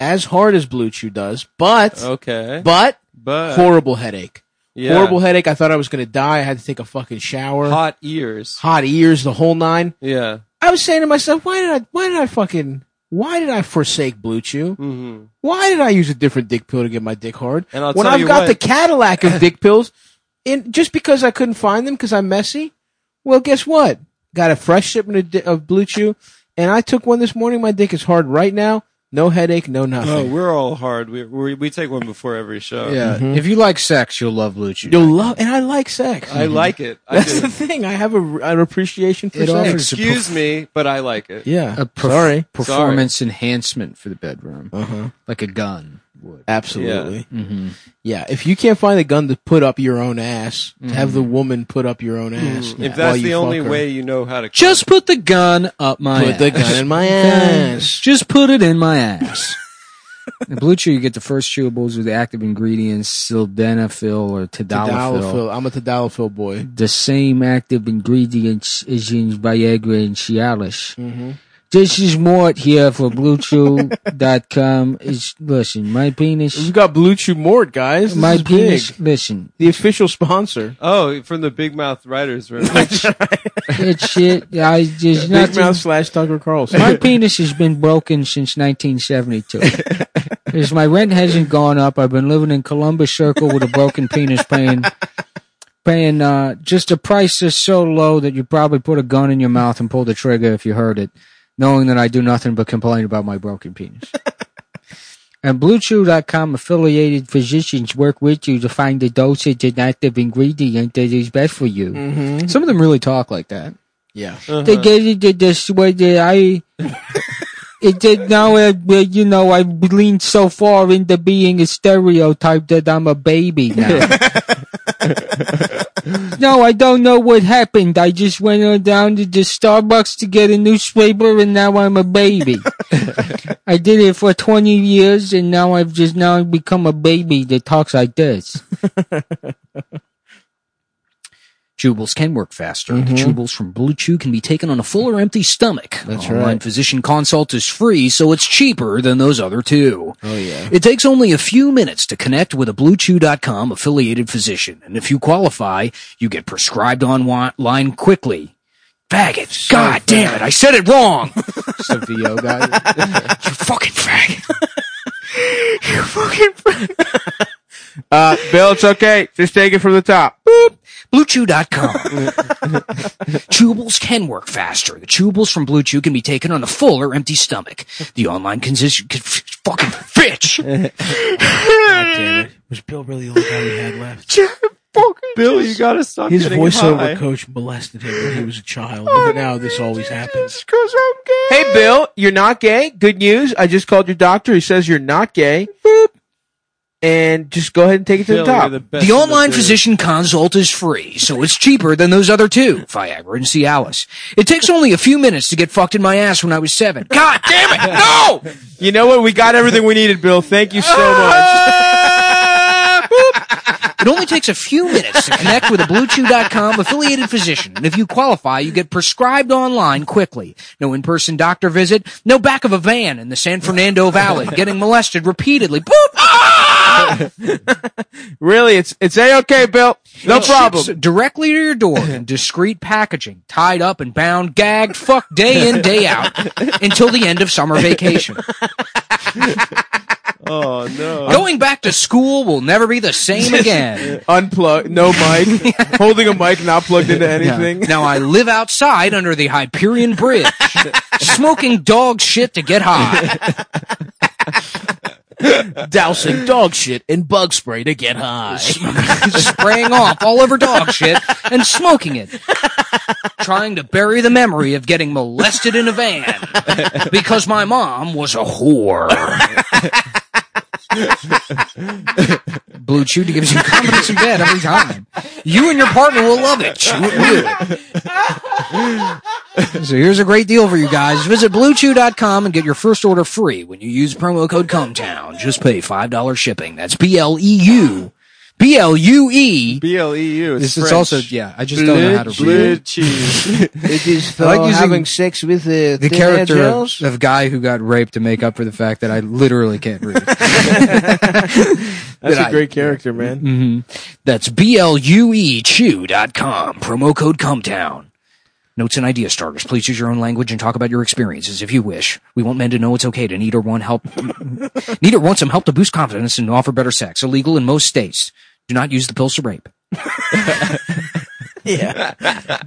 Speaker 4: as hard as Blue Chew does, but
Speaker 2: Okay. Uh.
Speaker 4: but
Speaker 2: But
Speaker 4: horrible headache.
Speaker 2: yeah.
Speaker 4: Horrible headache. I thought I was going to die. I had to take a fucking shower.
Speaker 2: hot ears.
Speaker 4: hot ears, the whole nine.
Speaker 2: Yeah.
Speaker 4: I was saying to myself, why did I, why did I fucking, why did I forsake Blue Chew?
Speaker 2: Mm-hmm.
Speaker 4: Why did I use a different dick pill to get my dick hard?
Speaker 2: And I'll
Speaker 4: when
Speaker 2: tell
Speaker 4: I've
Speaker 2: you
Speaker 4: got
Speaker 2: what.
Speaker 4: the Cadillac of dick pills, and just because I couldn't find them because I'm messy, well, guess what? Got a fresh shipment of, di- of Blue Chew, and I took one this morning. My dick is hard right now. No headache, no
Speaker 2: Oh,
Speaker 4: nothing.
Speaker 2: we're all hard. We, we we take one before every show.
Speaker 1: Yeah, if you like sex, Mm-hmm. you'll love Blue Chew.
Speaker 4: You'll love, and I like sex.
Speaker 2: I like it. I
Speaker 4: Mm-hmm. That's the
Speaker 2: do.
Speaker 4: thing. I have a, an appreciation for
Speaker 1: It
Speaker 4: sex.
Speaker 1: offers-
Speaker 2: Excuse me, but I like it.
Speaker 4: yeah.
Speaker 1: a perf-
Speaker 4: Sorry.
Speaker 1: performance enhancement for the bedroom,
Speaker 4: Uh huh.
Speaker 1: like a gun would.
Speaker 4: Absolutely.
Speaker 1: hmm
Speaker 4: Yeah, if you can't find a gun to put up your own ass, to have the woman put up your own ass.
Speaker 2: If
Speaker 4: while
Speaker 2: that's
Speaker 4: you
Speaker 2: the
Speaker 4: fuck
Speaker 2: only
Speaker 4: her.
Speaker 2: way you know how to
Speaker 1: Just put the gun up my.
Speaker 4: put the gun in my ass.
Speaker 1: Just put it in my ass. In Blue Chew, you get the first chewables with the active ingredients sildenafil or tadalafil.
Speaker 4: Tadalafil. I'm a Tadalafil boy.
Speaker 1: the same active ingredients as in Viagra and Cialis.
Speaker 4: Mm-hmm.
Speaker 1: This is Mort here for BlueChew.com. It's listen, my penis,
Speaker 4: We got Blue Chew Mort, guys. This
Speaker 1: my
Speaker 4: is
Speaker 1: penis.
Speaker 4: big.
Speaker 1: Listen,
Speaker 4: The official sponsor.
Speaker 2: Oh, from the Big Mouth Writers Room.
Speaker 1: it's shit. I there's
Speaker 4: Big Mouth
Speaker 1: nothing.
Speaker 4: slash Tucker Carlson.
Speaker 1: My penis has been broken since 1972. As my rent hasn't gone up, I've been living in Columbus Circle with a broken penis, paying paying uh, just a price that's so low that you probably put a gun in your mouth and pull the trigger if you heard it, knowing that I do nothing but complain about my broken penis. and BlueChew.com affiliated physicians work with you to find the dosage and active ingredient that is best for you. Some of them really talk like that.
Speaker 4: yeah.
Speaker 1: They did it did this way that I. It did now, uh, well, you know, I've leaned so far into being a stereotype that I'm a baby now. no, I don't know what happened. I just went on down to the Starbucks to get a newspaper and now I'm a baby. I did it for 20 years and now I've just now become a baby that talks like this. Chewables can work faster.
Speaker 4: Mm-hmm.
Speaker 1: The chewables from Blue Chew can be taken on a full or empty stomach. That's Online
Speaker 4: right.
Speaker 1: physician consult is free, so it's cheaper than those other two.
Speaker 4: Oh, yeah.
Speaker 1: It takes only a few minutes to connect with a BlueChew.com affiliated physician, and if you qualify, you get prescribed online quickly. Faggot! God damn it! I said it wrong. It's the VO guy. you fucking faggot.
Speaker 4: you fucking. uh, Bill, it's okay. Just take it from the top. Boop.
Speaker 3: BlueChew.com. Chewables can work faster. The chewables from Blue Chew can be taken on the full or empty stomach. The online consistency can fucking bitch.
Speaker 4: God damn it. Was Bill really the only guy we had left?
Speaker 2: Bill, you gotta stop.
Speaker 4: His
Speaker 2: getting
Speaker 4: voiceover
Speaker 2: high.
Speaker 4: coach molested him when he was a child, and now this always happens. Hey, Bill, you're not gay. Good news. I just called your doctor. He says you're not gay. Boop. And just go ahead and take it to
Speaker 2: Bill,
Speaker 4: the
Speaker 2: you're
Speaker 4: top.
Speaker 2: the best
Speaker 3: The
Speaker 2: in
Speaker 3: online
Speaker 2: business.
Speaker 3: physician consult is free, so it's cheaper than those other two, Viagra and Cialis. It takes only a few minutes to get fucked in my ass when I was seven. God damn it! No!
Speaker 4: you know what? We got everything we needed, Bill. Thank you so much.
Speaker 3: It only takes a few minutes to connect with a BlueChew.com affiliated physician, and if you qualify, you get prescribed online quickly. No in-person doctor visit, no back of a van in the San Fernando Valley, getting molested repeatedly. Boop! Ah!
Speaker 4: really, it's it's a okay, Bill. No
Speaker 3: It
Speaker 4: problem.
Speaker 3: ships Directly to your door in discreet packaging, tied up and bound, gagged, fuck day in, day out, until the end of summer vacation.
Speaker 2: Oh no.
Speaker 3: Going back to school will never be the same again.
Speaker 4: Unplug. No mic. Holding a mic not plugged into anything.
Speaker 3: Now I live outside under the Hyperion Bridge, smoking dog shit to get high.
Speaker 4: Dousing dog shit in bug spray to get high.
Speaker 3: spraying off all over dog shit and smoking it. Trying to bury the memory of getting molested in a van because my mom was a whore. Blue Chew gives you confidence in bed every time. You and your partner will love it. Chew it real. So here's a great deal for you guys. Visit bluechew.com and get your first order free when you use promo code COMETOWN. Just pay $5 shipping. That's B L E U B L U E.
Speaker 2: B L E U.
Speaker 1: This is also yeah. I just don't know how to read. it.
Speaker 2: cheese.
Speaker 4: It is
Speaker 1: I like using
Speaker 4: sex with uh,
Speaker 1: The character of, of guy who got raped to make up for the fact that I literally can't read.
Speaker 4: That's
Speaker 3: that
Speaker 4: a
Speaker 3: I-
Speaker 4: great character, man.
Speaker 3: That's B-L-U-E chew.com. Promo code COMETOWN. Notes and idea starters. Please use your own language and talk about your experiences if you wish. We want men to know it's okay to need or want help. need or want some help to boost confidence and offer better sex. Illegal in most states. Do not use the pills to rape.
Speaker 4: Yeah.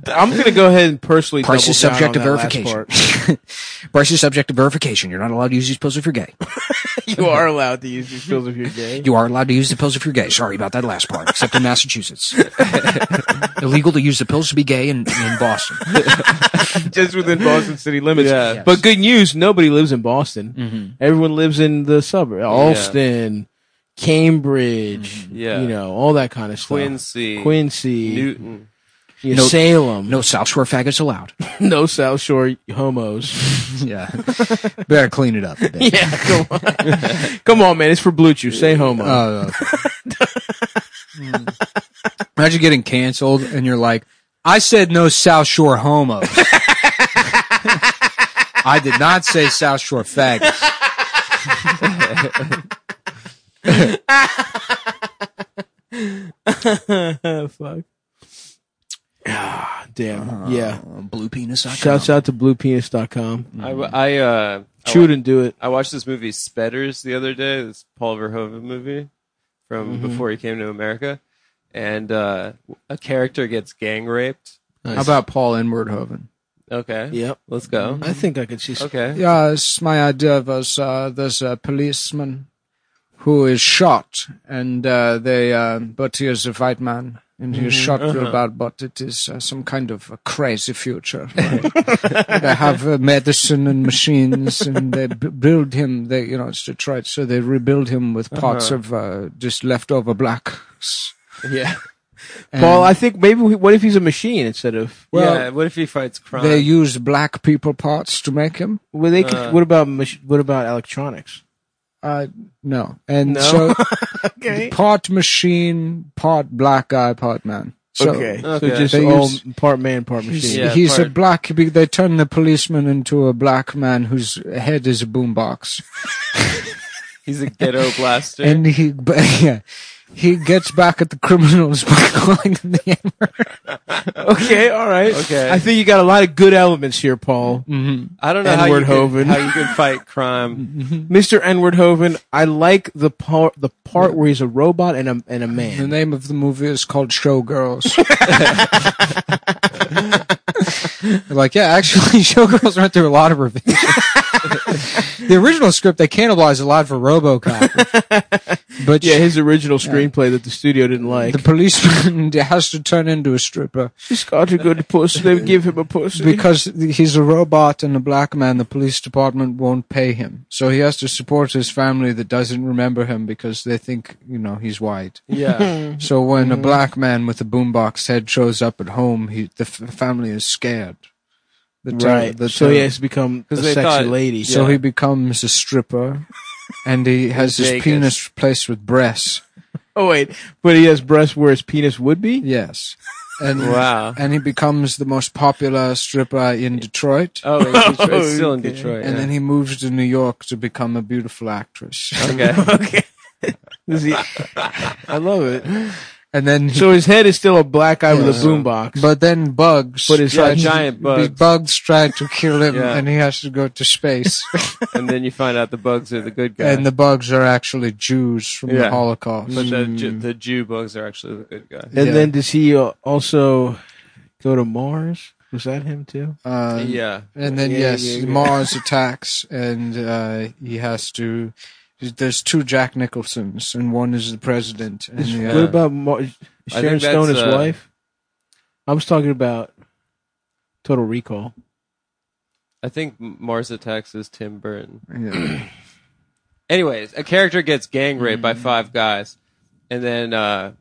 Speaker 4: I'm going to go ahead and personally
Speaker 3: Price is
Speaker 4: double down
Speaker 3: subject to
Speaker 4: on that last
Speaker 3: verification. Price is subject to verification. You're not allowed to use these pills if you're gay.
Speaker 4: part. you are allowed to use these pills if you're gay.
Speaker 3: You are allowed to use the pills if you're gay. Sorry about that last part, except in Massachusetts. Illegal to use the pills to be gay in, in Boston.
Speaker 4: Just within Boston city limits.
Speaker 2: Yeah. Yes.
Speaker 4: But good news, nobody lives in Boston. Everyone lives in the suburb. Austin, Cambridge,
Speaker 2: Yeah.
Speaker 4: you know, all that kind of stuff.
Speaker 2: Quincy.
Speaker 4: Quincy,
Speaker 2: Newton.
Speaker 4: you know,
Speaker 3: No-
Speaker 4: Salem.
Speaker 3: No South Shore faggots allowed.
Speaker 4: no South Shore homos.
Speaker 1: yeah, better clean it up. a bit.
Speaker 4: yeah, come on. come on, man. It's for Blue Chew. Say homo.
Speaker 1: Oh, okay. Imagine getting canceled and you're like, I said no South Shore homos. I did not say South Shore faggots.
Speaker 4: Fuck. Ah, damn. yeah.
Speaker 3: Blue penis.
Speaker 4: Shouts out to bluepenis.com.
Speaker 2: I, w- I, uh, I,
Speaker 4: Mm-hmm. Chew
Speaker 2: wa-
Speaker 4: it and do it.
Speaker 2: I watched this movie Spetters the other day. This Paul Verhoeven movie from
Speaker 1: Mm-hmm.
Speaker 2: before he came to America, and uh, a character gets gang raped.
Speaker 1: How about Paul N. Wordhoven?
Speaker 2: Okay.
Speaker 4: Yep.
Speaker 2: Let's go.
Speaker 4: I think I could see some.
Speaker 2: Okay.
Speaker 1: Yes, my idea was uh, there's a policeman who is shot, and uh, they, uh, but he is a white man, and he is shot real bad, but it is uh, some kind of a crazy future. right? they have uh, medicine and machines, and they b- build him. They, you know, it's Detroit, so they rebuild him with parts of uh, just leftover blacks.
Speaker 2: Yeah.
Speaker 1: And
Speaker 4: Paul, I think maybe we, what if he's a machine instead of
Speaker 1: Well,
Speaker 2: yeah. What if he fights crime?
Speaker 1: they use black people parts to make him.
Speaker 4: well they could,
Speaker 2: Uh.
Speaker 4: what about mach- what about electronics?
Speaker 1: Uh, no, and
Speaker 4: No?
Speaker 1: so.
Speaker 4: Okay.
Speaker 1: part machine, part black guy, part man. So
Speaker 4: okay.
Speaker 2: Okay.
Speaker 4: So just
Speaker 1: They
Speaker 4: all
Speaker 1: use-
Speaker 4: part man, part machine.
Speaker 1: He's,
Speaker 2: Yeah,
Speaker 1: he's a
Speaker 2: part-
Speaker 1: black. They turn the policeman into a black man whose head is a boombox,
Speaker 2: He's a ghetto blaster.
Speaker 1: and he, but yeah, He gets back at the criminals by calling them the N-word.
Speaker 4: Okay, all right.
Speaker 2: Okay.
Speaker 4: I think you got a lot of good elements here, Paul.
Speaker 2: I don't know how
Speaker 4: Edward
Speaker 2: you,
Speaker 4: Hoven.
Speaker 2: can, how you can fight crime.
Speaker 4: Mr. N-word Hoven, I like the part the part where he's a robot and a and
Speaker 1: The
Speaker 4: a man.
Speaker 1: name of the movie is called Showgirls. They're like, yeah, actually, Showgirls went through a lot of revisions. the original script, they cannibalized a lot for RoboCop. But
Speaker 4: Yeah, his original screenplay that the studio didn't like.
Speaker 1: the policeman has to turn into a stripper
Speaker 4: He's got a good pussy. They give him a pussy.
Speaker 1: because he's a robot and a black man. The police department won't pay him, so he has to support his family that doesn't remember him because they think you know he's white.
Speaker 2: Yeah.
Speaker 1: So when a black man with a boombox head shows up at home, he the f- family is scared. The terror-
Speaker 4: right.
Speaker 1: the
Speaker 4: so he
Speaker 1: terror-
Speaker 4: has become a
Speaker 2: 'Cause they
Speaker 4: sexy
Speaker 2: thought-
Speaker 4: lady.
Speaker 1: so
Speaker 2: yeah.
Speaker 1: he becomes a stripper, and he has his
Speaker 2: Vegas.
Speaker 1: penis replaced with breasts.
Speaker 4: Oh wait, but he has breasts where his penis would be.
Speaker 1: Yes, and
Speaker 2: Wow.
Speaker 1: and he becomes the most popular stripper in Detroit.
Speaker 2: Oh, it's, Detroit, it's still in
Speaker 4: Okay.
Speaker 2: Detroit.
Speaker 1: And
Speaker 2: yeah.
Speaker 1: then he moves to New York to become a beautiful actress.
Speaker 2: Okay.
Speaker 4: Okay. Is he- I love it.
Speaker 1: And then, he,
Speaker 4: So his head is still a black guy with a
Speaker 1: Yeah.
Speaker 4: boombox.
Speaker 1: but then bugs.
Speaker 4: But it's
Speaker 1: tried
Speaker 2: like
Speaker 1: to-
Speaker 2: giant bugs.
Speaker 1: bugs try to kill him,
Speaker 2: Yeah.
Speaker 1: and he has to go to space.
Speaker 2: and then you find out the bugs are the good guys.
Speaker 1: And the bugs are actually Jews from the
Speaker 2: Yeah.
Speaker 1: Holocaust. Mm.
Speaker 2: but the, Ju- the Jew bugs are actually the good guys.
Speaker 4: and
Speaker 1: yeah.
Speaker 4: then does he uh, also go to Mars? Was that him too?
Speaker 1: Uh,
Speaker 2: yeah.
Speaker 1: And then
Speaker 4: Yeah,
Speaker 1: yes,
Speaker 4: yeah, yeah.
Speaker 1: Mars attacks, and uh, he has to. There's two Jack Nicholsons, and one is the president, and the
Speaker 4: What
Speaker 1: other.
Speaker 4: about Mar- Sharon
Speaker 2: think
Speaker 4: Stone, his
Speaker 2: that's, uh,
Speaker 4: wife? I was talking about Total Recall.
Speaker 2: I think Mars Attacks is Tim Burton.
Speaker 1: Yeah.
Speaker 2: Anyways, a character gets gang raped by five guys, and then uh,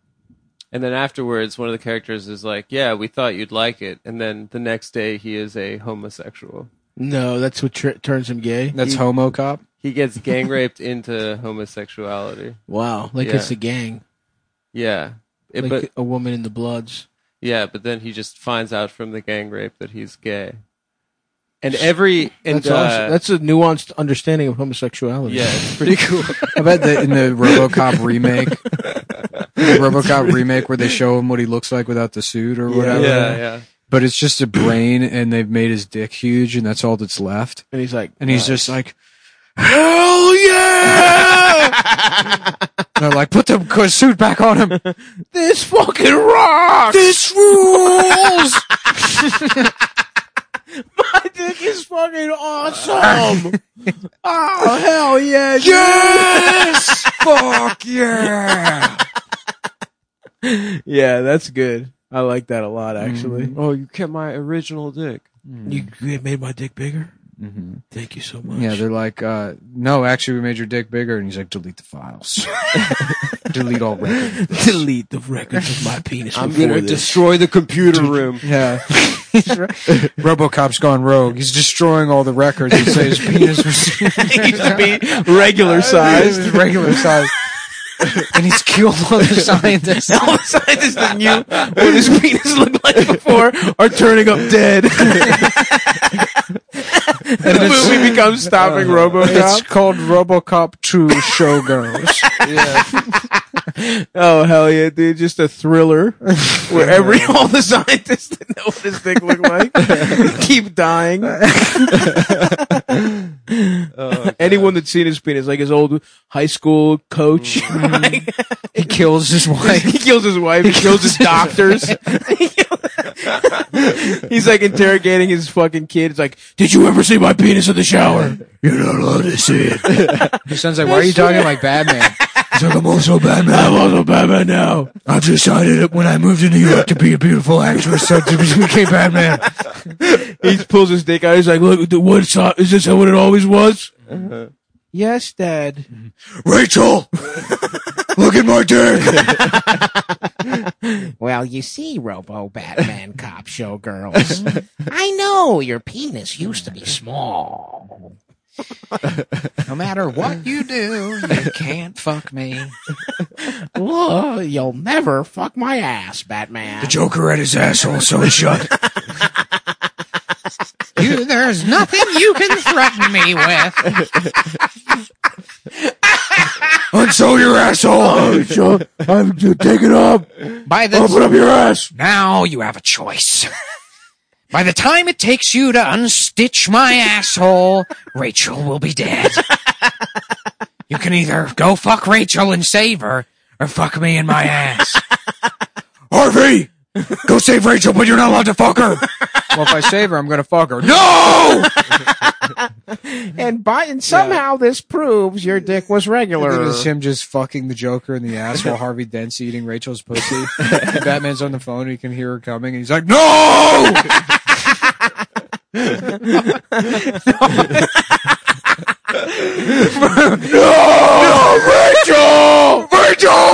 Speaker 2: and then afterwards, one of the characters is like, "Yeah, we thought you'd like it," and then the next day, he is a homosexual.
Speaker 4: No, that's what tr- turns him gay.
Speaker 1: That's Homo Cop.
Speaker 2: He gets gang raped into homosexuality.
Speaker 4: Wow, like
Speaker 2: Yeah.
Speaker 4: it's a gang,
Speaker 2: Yeah, It-
Speaker 4: like
Speaker 2: but
Speaker 4: a woman in the Bloods.
Speaker 2: yeah, but then he just finds out from the gang rape that he's gay. And every and
Speaker 4: That's
Speaker 2: uh,
Speaker 4: awesome. That's a nuanced understanding of homosexuality.
Speaker 2: yeah, it's pretty cool.
Speaker 1: I bet that in the RoboCop remake, the RoboCop remake where they show him what he looks like without the suit or
Speaker 2: yeah,
Speaker 1: whatever.
Speaker 2: yeah.
Speaker 1: But it's just a brain, and they've made his dick huge, and that's all that's left.
Speaker 4: and he's like,
Speaker 1: And he's just like,
Speaker 4: "Hell yeah,
Speaker 1: and they're like, put the co- suit back on him.
Speaker 4: this fucking rocks!
Speaker 1: this rules.
Speaker 4: My dick is fucking awesome! oh hell yeah!
Speaker 1: yes. Fuck yeah.
Speaker 4: dude. Yeah, that's good. I like that a lot, actually.
Speaker 2: Oh, you kept my original dick.
Speaker 4: Mm-hmm. You, you made my dick bigger. Thank you so much.
Speaker 1: Yeah, they're like, uh, no, actually, we made your dick bigger, and he's like, delete the files, delete all records.
Speaker 4: delete the records of my penis.
Speaker 2: I'm
Speaker 4: before
Speaker 2: gonna
Speaker 4: this.
Speaker 2: destroy the computer room.
Speaker 1: Yeah, RoboCop's gone rogue. He's destroying all the records and say his penis was
Speaker 4: regular size.
Speaker 1: regular size, and he's killed all the scientists.
Speaker 4: All the scientists that knew what his penis looked like before are turning up dead. and the movie becomes stopping
Speaker 2: Oh.
Speaker 1: It's
Speaker 4: RoboCop.
Speaker 1: called RoboCop Two Showgirls.
Speaker 4: Oh hell yeah, dude! Just a thriller where every all the scientists that know what his dick looked like keep dying.
Speaker 2: Oh,
Speaker 4: Anyone that's seen his penis, like his old high school coach, like,
Speaker 1: He kills his wife.
Speaker 4: he kills his wife. He kills his doctors. He's like interrogating his fucking kid. It's like, did you ever see my penis in the shower?
Speaker 1: You're not allowed to see it. He sounds like, why are you talking like Batman?
Speaker 5: He's like, I'm also Batman.
Speaker 4: I'm also Batman now.
Speaker 5: I've decided that when I moved to New York to be a beautiful actress, so to became Batman.
Speaker 4: He pulls his dick out. He's like, look, the wood saw. Is this what it always was? Yes, Dad.
Speaker 5: Rachel, look at my dick.
Speaker 6: Well, you see, Robo Batman Cop Showgirls. I know your penis used to be small.
Speaker 1: No matter what you do, you can't fuck me.
Speaker 6: Look, you'll never fuck my ass, Batman.
Speaker 5: Joker at his asshole, so he shut.
Speaker 1: You, there's nothing
Speaker 6: You can threaten me with.
Speaker 5: Unshow your asshole. I'm take it up.
Speaker 3: By the
Speaker 5: Open up your ass.
Speaker 3: now you have a choice. By the time it takes you to unstitch my asshole, Rachel will be dead. you can either go fuck Rachel and save her, or fuck me in my ass.
Speaker 5: Harvey, go save Rachel, but you're not allowed to fuck her.
Speaker 1: Well, if I save her, I'm gonna fuck her.
Speaker 5: No.
Speaker 4: And by and somehow this proves your dick was
Speaker 1: I think
Speaker 4: regular.
Speaker 1: it was him just fucking the Joker in the ass while Harvey Dent's eating Rachel's pussy. Batman's on the phone. He can hear her coming, and he's like, "No!"
Speaker 5: No, Rachel. Rachel.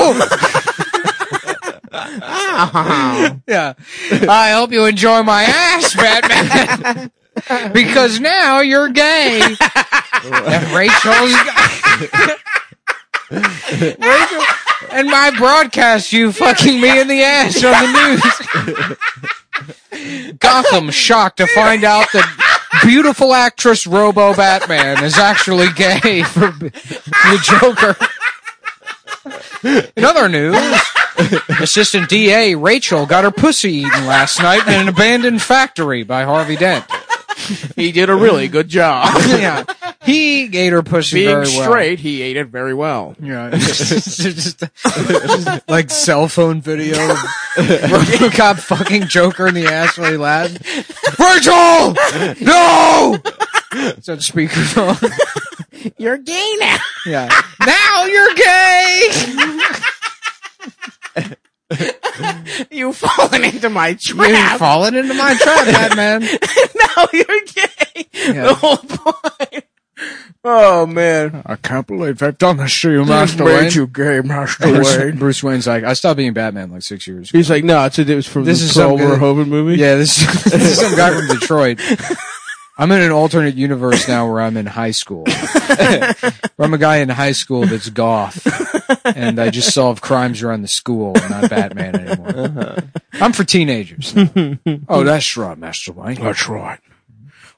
Speaker 1: Yeah,
Speaker 3: I hope you enjoy my ass, Batman. because now you're gay. and Rachel's. Rachel. And my broadcast, you fucking me in the ass on the news. Gotham shocked to find out that beautiful actress Robo Batman is actually gay for b- the Joker. In other news, Assistant DA Rachel got her pussy eaten last night in an abandoned factory by Harvey Dent.
Speaker 4: he did a really good job.
Speaker 1: yeah, he ate her pussy
Speaker 4: Being
Speaker 1: very well.
Speaker 4: straight, he ate it very well.
Speaker 1: Yeah, It's just- it's just like cell phone video. of RoboCop fucking Joker in the ass while he laughs.
Speaker 5: Rachel. No.
Speaker 1: It's on speakerphone.
Speaker 6: You're gay now.
Speaker 1: Yeah. Now you're gay.
Speaker 6: You've fallen into my
Speaker 1: You've
Speaker 6: trap.
Speaker 1: fallen into my trap, Batman.
Speaker 6: now you're gay. The whole point.
Speaker 4: Oh man,
Speaker 1: I can't believe I've done this to you, Master
Speaker 4: you gay, Master
Speaker 1: Bruce, Bruce Wayne's like, I stopped being Batman like six years ago.
Speaker 4: He's like, no, it's a, it was from
Speaker 1: This
Speaker 4: the
Speaker 1: is some
Speaker 4: Paul
Speaker 1: good-
Speaker 4: Verhoeven movie.
Speaker 1: Yeah, this, this is some guy from Detroit. I'm in an alternate universe now where I'm in high school. where I'm a guy in high school that's goth, and I just solve crimes around the school, and not Batman anymore. I'm for teenagers. oh, that's right, Master Wayne.
Speaker 4: That's right.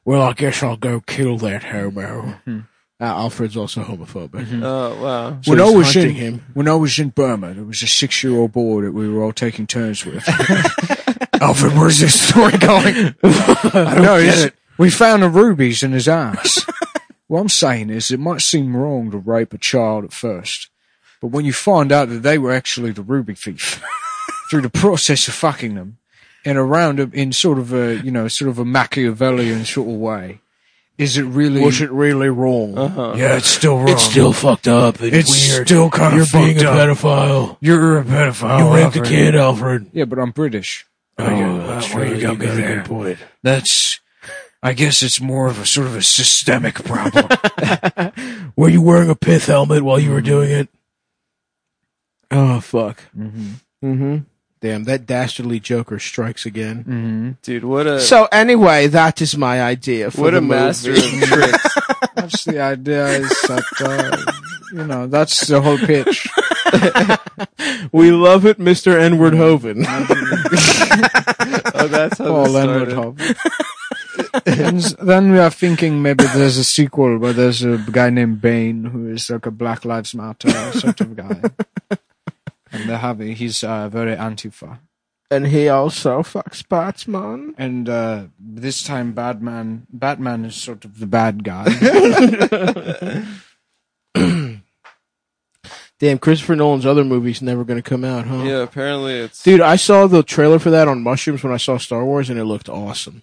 Speaker 4: Well, I guess I'll go kill that homo. Uh, Alfred's also homophobic.
Speaker 2: Oh wow.
Speaker 4: So
Speaker 1: when I
Speaker 4: he's
Speaker 1: was in
Speaker 4: hunting him.
Speaker 1: when I was in Burma, there was a six year old boy that we were all taking turns with.
Speaker 5: Alfred, where's this story going?
Speaker 1: I don't get it. We found the rubies in his eyes. what I'm saying is, it might seem wrong to rape a child at first, but when you find out that they were actually the ruby thief through the process of fucking them and around them in sort of a you know sort of a Machiavellian sort of way, is it really?
Speaker 4: Was it really wrong?
Speaker 5: Yeah, it's still wrong. It's
Speaker 4: Still fucked up. And
Speaker 5: It's still kind of
Speaker 4: You're being
Speaker 5: fucked
Speaker 4: a
Speaker 5: up.
Speaker 4: pedophile.
Speaker 5: You're a pedophile.
Speaker 4: you raped a
Speaker 5: Alfred.
Speaker 4: kid, Alfred.
Speaker 1: yeah, but I'm British.
Speaker 5: Oh, that's where you got me
Speaker 4: a
Speaker 5: there.
Speaker 4: good point.
Speaker 5: That's. I guess it's more of a sort of a systemic problem.
Speaker 4: Were you wearing a pith helmet while you were doing it? Oh fuck. Mm-hmm. Mm. Damn, that dastardly Joker strikes again.
Speaker 2: Dude, what a
Speaker 4: So anyway, that is my idea for
Speaker 2: what
Speaker 4: the
Speaker 2: a master of
Speaker 4: movie.
Speaker 2: tricks.
Speaker 1: That's the idea. Is that, uh, you know, that's the whole pitch.
Speaker 4: We love it, Mister N-word Hoven.
Speaker 2: Oh, that's how
Speaker 1: Paul
Speaker 2: this
Speaker 1: Leonard
Speaker 2: started.
Speaker 1: and s- then we are thinking maybe there's a sequel where there's a guy named Bane who is like a Black Lives Matter sort of guy. And they have he's uh, very antifa,
Speaker 4: and he also fucks Batman.
Speaker 1: and uh, this time Batman Batman is sort of the bad guy.
Speaker 4: Damn, Christopher Nolan's other movies never going to come out, huh?
Speaker 2: Yeah, apparently it's
Speaker 4: Dude, I saw the trailer for that on mushrooms when I saw Star Wars, and it looked awesome.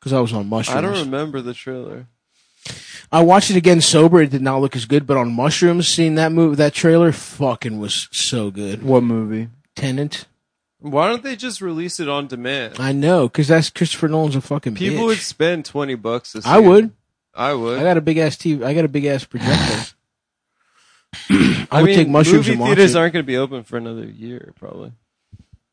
Speaker 4: Because I was on mushrooms.
Speaker 2: I don't remember the trailer.
Speaker 4: I watched it again sober. It did not look as good, but on mushrooms, seeing that movie, that trailer, fucking was so good.
Speaker 1: what movie?
Speaker 4: Tenant.
Speaker 2: Why don't they just release it on demand?
Speaker 4: I know, because that's Christopher Nolan's a fucking
Speaker 2: People
Speaker 4: bitch.
Speaker 2: would spend twenty bucks to see
Speaker 4: I would.
Speaker 2: It. I would.
Speaker 4: I got a big ass TV. I got a big ass projector. I, would
Speaker 2: mean,
Speaker 4: take mushrooms
Speaker 2: movie
Speaker 4: and watch
Speaker 2: theaters
Speaker 4: it.
Speaker 2: aren't going to be open for another year, probably.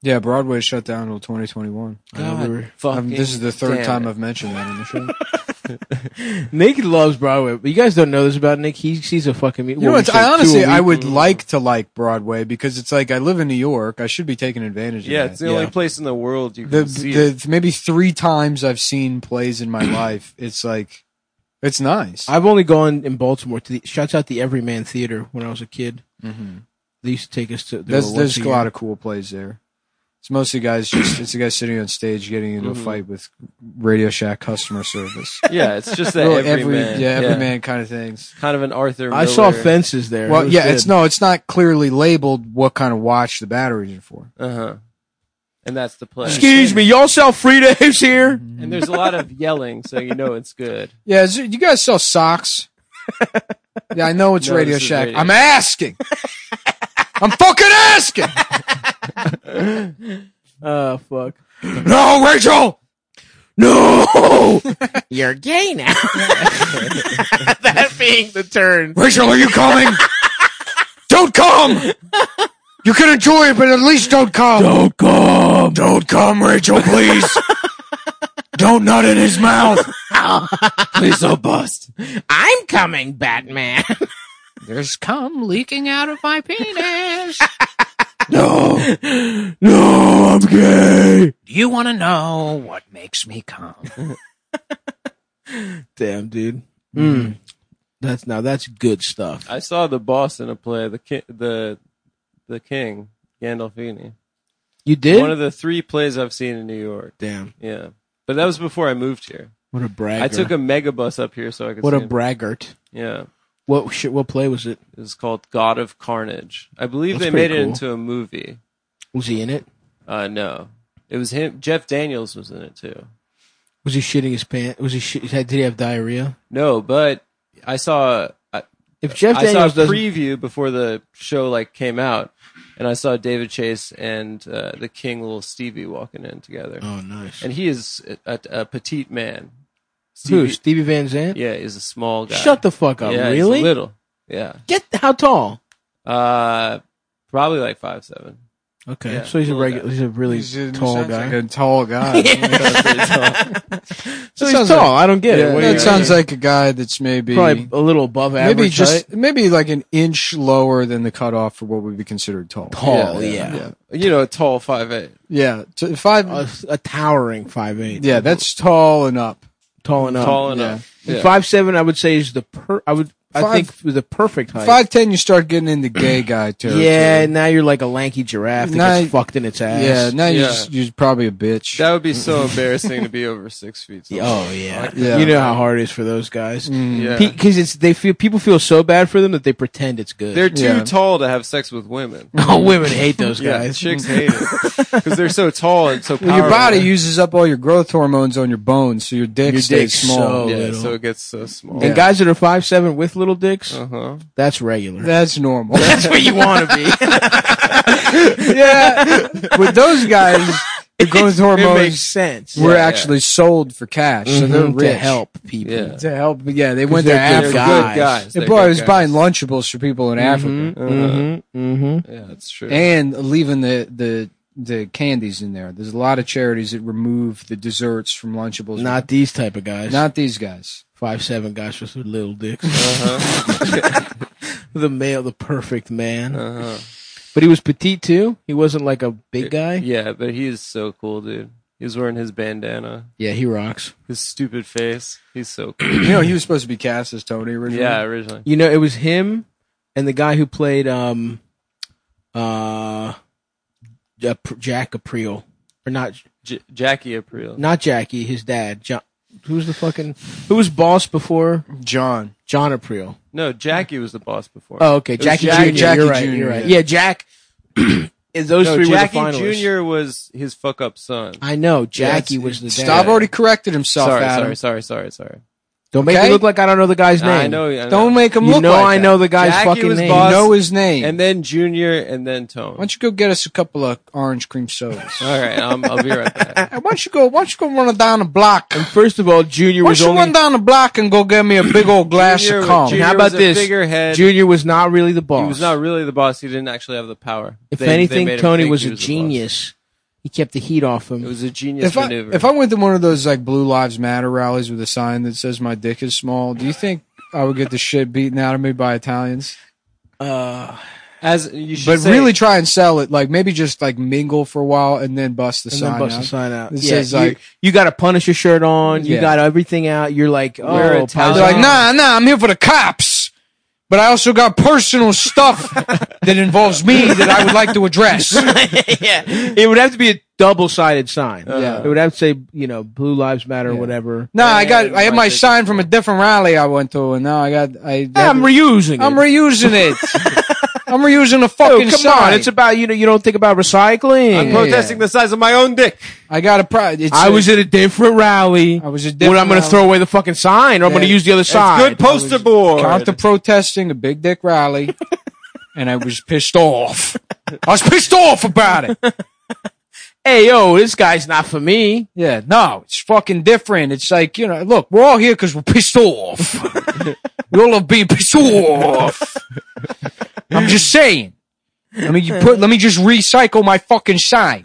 Speaker 1: Yeah, Broadway shut down until 2021.
Speaker 4: I know we were-
Speaker 1: Um, this is the third time I've mentioned that on the show.
Speaker 4: Nick loves Broadway, but you guys don't know this about Nick. He sees a fucking.
Speaker 1: You know what? I honestly, I would like to like Broadway because it's like I live in New York. I should be taking advantage of
Speaker 2: Yeah,
Speaker 1: that.
Speaker 2: it's the
Speaker 4: Yeah.
Speaker 2: only place in the world you can
Speaker 1: the,
Speaker 2: see.
Speaker 1: the maybe three times I've seen plays in my life, it's like It's nice.
Speaker 4: I've only gone in Baltimore to the shouts out the Everyman Theater when I was a kid.
Speaker 2: Mm-hmm.
Speaker 1: Mhm.
Speaker 4: They used to take us to.
Speaker 1: There's, there's a lot of
Speaker 4: of
Speaker 1: cool plays there. It's mostly guys just it's a guy sitting on stage getting into
Speaker 2: Mm-hmm.
Speaker 1: a fight with Radio Shack customer service.
Speaker 2: Yeah, it's just that
Speaker 1: Well,
Speaker 2: every, man.
Speaker 1: yeah, every man kind of things.
Speaker 2: Kind of an Arthur.
Speaker 4: I saw
Speaker 2: Miller.
Speaker 4: fences there. It
Speaker 1: Well,
Speaker 4: was
Speaker 1: yeah,
Speaker 4: good.
Speaker 1: it's no, it's not clearly labeled what kind of watch the batteries are for.
Speaker 2: Uh huh. And that's the play.
Speaker 4: Excuse me, y'all sell free days here?
Speaker 2: And there's a lot of yelling, so you know it's good.
Speaker 1: Yeah, is, you guys sell socks? yeah, I know it's
Speaker 2: No,
Speaker 1: Radio
Speaker 2: this is
Speaker 1: Shack.
Speaker 2: Radio
Speaker 1: I'm asking. I'm fucking asking.
Speaker 4: Oh fuck.
Speaker 1: no, Rachel. No,
Speaker 6: You're gay now.
Speaker 4: That being the turn.
Speaker 1: Rachel, are you coming? don't come. You can enjoy it, but at least don't come.
Speaker 5: Don't come. Don't come, Rachel, please. Don't nut in his mouth. please don't bust.
Speaker 6: I'm coming, Batman.
Speaker 3: There's cum leaking out of my penis.
Speaker 5: No. No, I'm gay.
Speaker 3: Do you want to know what makes me cum?
Speaker 4: Damn, dude. Mm. That's now that's good stuff.
Speaker 2: I saw the boss in a play, the ki- the the king Gandolfini.
Speaker 4: You did?
Speaker 2: One of the three plays I've seen in New York.
Speaker 4: Damn.
Speaker 2: Yeah, but that was before I moved here.
Speaker 4: What a bragger.
Speaker 2: I took a megabus up here so I could.
Speaker 4: what
Speaker 2: see
Speaker 4: a
Speaker 2: him.
Speaker 4: braggart.
Speaker 2: Yeah,
Speaker 4: What shit what play was it?
Speaker 2: it was called God of Carnage. I believe
Speaker 4: That's
Speaker 2: they made it
Speaker 4: pretty cool.
Speaker 2: into a movie.
Speaker 4: Was he in it?
Speaker 2: Uh, no, it was him. Jeff Daniels was in it too.
Speaker 4: Was he shitting his pants? Was he shit, did he have diarrhea?
Speaker 2: No, but I saw I,
Speaker 4: If Jeff
Speaker 2: I saw a
Speaker 4: Daniels doesn't
Speaker 2: preview before the show like came out, and I saw David Chase and uh, the King, little Stevie, walking in together.
Speaker 4: Oh, nice.
Speaker 2: and he is a, a, a petite man.
Speaker 4: Who?
Speaker 2: Stevie-
Speaker 4: Stevie Van Zandt?
Speaker 2: yeah, he's a small guy.
Speaker 4: Shut the fuck up.
Speaker 2: yeah, he's
Speaker 4: really?
Speaker 2: little. Yeah,
Speaker 4: Get how tall?
Speaker 2: uh, probably like five seven.
Speaker 4: Okay,
Speaker 2: Yeah,
Speaker 4: so he's a
Speaker 2: little
Speaker 4: regular. He's a really tall guy.
Speaker 1: a tall guy.
Speaker 2: Oh,
Speaker 4: so
Speaker 1: That
Speaker 4: he's
Speaker 1: sounds
Speaker 4: tall. I don't get it.
Speaker 1: Yeah,
Speaker 4: What do
Speaker 1: that
Speaker 4: you-
Speaker 1: sounds like a guy that's maybe
Speaker 4: probably a little above average.
Speaker 1: maybe just
Speaker 4: height.
Speaker 1: maybe like an inch lower than the cutoff for what would be considered tall.
Speaker 4: tall. Oh, Yeah,
Speaker 1: yeah,
Speaker 2: You know, tall five eight.
Speaker 1: yeah. T- five.
Speaker 4: A, a towering five eight.
Speaker 1: yeah, that's tall and up.
Speaker 4: tall enough.
Speaker 2: Tall enough. Yeah.
Speaker 4: Five seven, I would say is the per. I would. I
Speaker 1: Five-
Speaker 4: think was the perfect height.
Speaker 1: Five ten, you start getting into gay guy territory.
Speaker 4: Yeah, now you're like a lanky giraffe that
Speaker 1: Now-
Speaker 4: gets fucked in its ass.
Speaker 1: yeah. Now you're
Speaker 2: Yeah.
Speaker 1: just, you're probably a bitch.
Speaker 2: That would be so embarrassing to be over six feet. tall.
Speaker 4: Oh yeah. Mm.
Speaker 1: Yeah. Mm,
Speaker 4: You know how hard it is for those guys.
Speaker 2: yeah.
Speaker 4: Because it's they feel people feel so bad for them that they pretend it's good.
Speaker 2: They're too
Speaker 1: Yeah.
Speaker 2: tall to have sex with women.
Speaker 4: oh, women hate those guys.
Speaker 2: chicks hate it because they're so tall and so.
Speaker 1: Well, your body
Speaker 2: powerful.
Speaker 1: uses up all your growth hormones on your bones, so your dick
Speaker 4: Your
Speaker 1: stays
Speaker 4: dick's
Speaker 1: small.
Speaker 4: so-
Speaker 2: yeah,
Speaker 4: little.
Speaker 2: so it gets so small.
Speaker 4: And guys that are five seven with little dicks,
Speaker 1: Uh-huh.
Speaker 2: uh huh.
Speaker 4: that's regular.
Speaker 1: That's normal.
Speaker 4: That's where you want to be.
Speaker 1: yeah. With those guys, the growth
Speaker 4: it makes
Speaker 1: hormones
Speaker 4: sense.
Speaker 1: were
Speaker 2: Yeah, yeah.
Speaker 1: actually sold for cash, so they're
Speaker 4: Mhm,
Speaker 1: rich.
Speaker 4: to help people.
Speaker 2: Yeah.
Speaker 1: to help. But yeah, they went
Speaker 4: they're
Speaker 1: there
Speaker 4: good
Speaker 1: after.
Speaker 2: They're
Speaker 4: guys.
Speaker 2: good guys.
Speaker 1: It
Speaker 2: They're
Speaker 1: probably
Speaker 2: good
Speaker 1: was
Speaker 2: guys. Uh-huh.
Speaker 1: buying Lunchables for people in Africa
Speaker 4: Mm-hmm. Mm-hmm.
Speaker 2: Yeah, that's true.
Speaker 1: and leaving the the the candies in there. There's a lot of charities that remove the desserts from Lunchables.
Speaker 4: Not these type of guys.
Speaker 1: not these guys.
Speaker 4: five seven guys with little dicks. Uh-huh. the male, the perfect man.
Speaker 2: uh-huh.
Speaker 4: But he was petite too. He wasn't like a big guy.
Speaker 2: Yeah, but he is so cool, dude. He was wearing his bandana,
Speaker 4: Yeah, he rocks.
Speaker 2: his stupid face. He's so cool.
Speaker 1: You know, he was supposed to be cast as Tony originally.
Speaker 2: yeah, originally.
Speaker 4: You know, it was him and the guy who played um, uh, Ja- Jack April or not
Speaker 2: J- Jackie April.
Speaker 4: not Jackie, his dad. John, who was the fucking who was boss before
Speaker 1: John.
Speaker 4: John April?
Speaker 2: No, Jackie was the boss before.
Speaker 4: Oh, okay,
Speaker 2: was
Speaker 4: Jackie
Speaker 2: Jackie-
Speaker 4: Jr.
Speaker 1: Jackie
Speaker 4: you're right.
Speaker 1: Jr.,
Speaker 4: You're right.
Speaker 1: yeah.
Speaker 4: Yeah, Jack. and those
Speaker 2: no,
Speaker 4: three
Speaker 2: Jackie
Speaker 4: were the finalists.
Speaker 2: Jr. was his fuck up son.
Speaker 4: I know Jackie
Speaker 2: it's-
Speaker 4: was the dad.
Speaker 1: Stop already corrected himself,
Speaker 2: Sorry,
Speaker 1: Adam.
Speaker 2: sorry, sorry, sorry, sorry.
Speaker 4: Don't make
Speaker 1: Okay?
Speaker 4: me look like I don't know the guy's name.
Speaker 2: I know. I know.
Speaker 1: Don't make him
Speaker 4: You
Speaker 1: look
Speaker 4: know
Speaker 1: like
Speaker 4: I
Speaker 1: that.
Speaker 4: know the guy's
Speaker 2: Jackie
Speaker 4: fucking
Speaker 2: was
Speaker 4: name.
Speaker 2: boss.
Speaker 1: know his name.
Speaker 2: And then Junior, and then Tone.
Speaker 1: why don't you go get us a couple of orange cream sodas?
Speaker 2: All right, I'm, I'll be right back.
Speaker 1: Hey, why don't you go? Why don't you go run down the block? Why
Speaker 4: First of all, Junior
Speaker 1: don't
Speaker 4: was
Speaker 1: you
Speaker 4: only
Speaker 1: run down the block and go get me a big old glass
Speaker 2: Junior
Speaker 1: of
Speaker 2: was-
Speaker 1: cum?
Speaker 2: Junior
Speaker 4: How about
Speaker 2: was a
Speaker 4: this?
Speaker 2: Bigger head.
Speaker 4: Junior was not really the boss.
Speaker 2: He was not really the boss. He didn't actually have the power.
Speaker 4: if
Speaker 2: They- they
Speaker 4: anything,
Speaker 2: made him
Speaker 4: Tony
Speaker 2: think
Speaker 4: was
Speaker 2: he
Speaker 4: a
Speaker 2: the boss.
Speaker 4: genius. He kept the heat off him.
Speaker 2: It was a genius
Speaker 1: if I,
Speaker 2: maneuver.
Speaker 1: if I went to one of those like Blue Lives Matter rallies with a sign that says my dick is small, do you think I would get the shit beaten out of me by Italians?
Speaker 4: uh,
Speaker 2: As you should
Speaker 1: but
Speaker 2: say-
Speaker 1: really try and sell it. Like maybe just like mingle for a while and then bust the
Speaker 4: and
Speaker 1: sign
Speaker 4: then bust
Speaker 1: out.
Speaker 4: the sign out.
Speaker 1: It
Speaker 4: yeah,
Speaker 1: says,
Speaker 4: you,
Speaker 1: like-
Speaker 4: you got a Punisher shirt on. You
Speaker 1: Yeah.
Speaker 4: got everything out. You're like, oh,
Speaker 2: Wear a towel.
Speaker 1: They're
Speaker 4: Paisan.
Speaker 1: like, nah, nah, I'm here for the cops. But I also got personal stuff that involves me that I would like to address.
Speaker 4: yeah, it would have to be a double-sided sign.
Speaker 1: Yeah.
Speaker 4: it would have to say, you know, Blue Lives Matter, or
Speaker 1: Yeah.
Speaker 4: whatever.
Speaker 1: No, I got I had
Speaker 2: my
Speaker 1: my
Speaker 2: ticket.
Speaker 1: sign from a different rally I went to, and now I got I.
Speaker 4: Yeah, I'm reusing.
Speaker 1: I'm
Speaker 4: it.
Speaker 1: reusing it. I'm reusing the
Speaker 4: Oh,
Speaker 1: fucking
Speaker 4: come
Speaker 1: sign.
Speaker 4: on! It's about you know you don't think about recycling.
Speaker 2: I'm protesting the size of my own dick.
Speaker 1: I got a pro. It's
Speaker 4: I
Speaker 1: a-
Speaker 4: was at a different rally.
Speaker 1: I was a
Speaker 4: Well, I'm going to
Speaker 1: different
Speaker 4: throw away the fucking sign, or I'm going to
Speaker 1: Yeah.
Speaker 4: use the other
Speaker 2: It's
Speaker 4: side.
Speaker 2: good poster board.
Speaker 1: counter protesting a big dick rally, and I was pissed off. I was pissed off about it.
Speaker 4: Hey, yo, this guy's not for me.
Speaker 1: Yeah, no, it's fucking different. It's like, you know, look, we're all here because we're pissed off. we all love being pissed off. I'm just saying. I mean, you put, let me just recycle my fucking sign.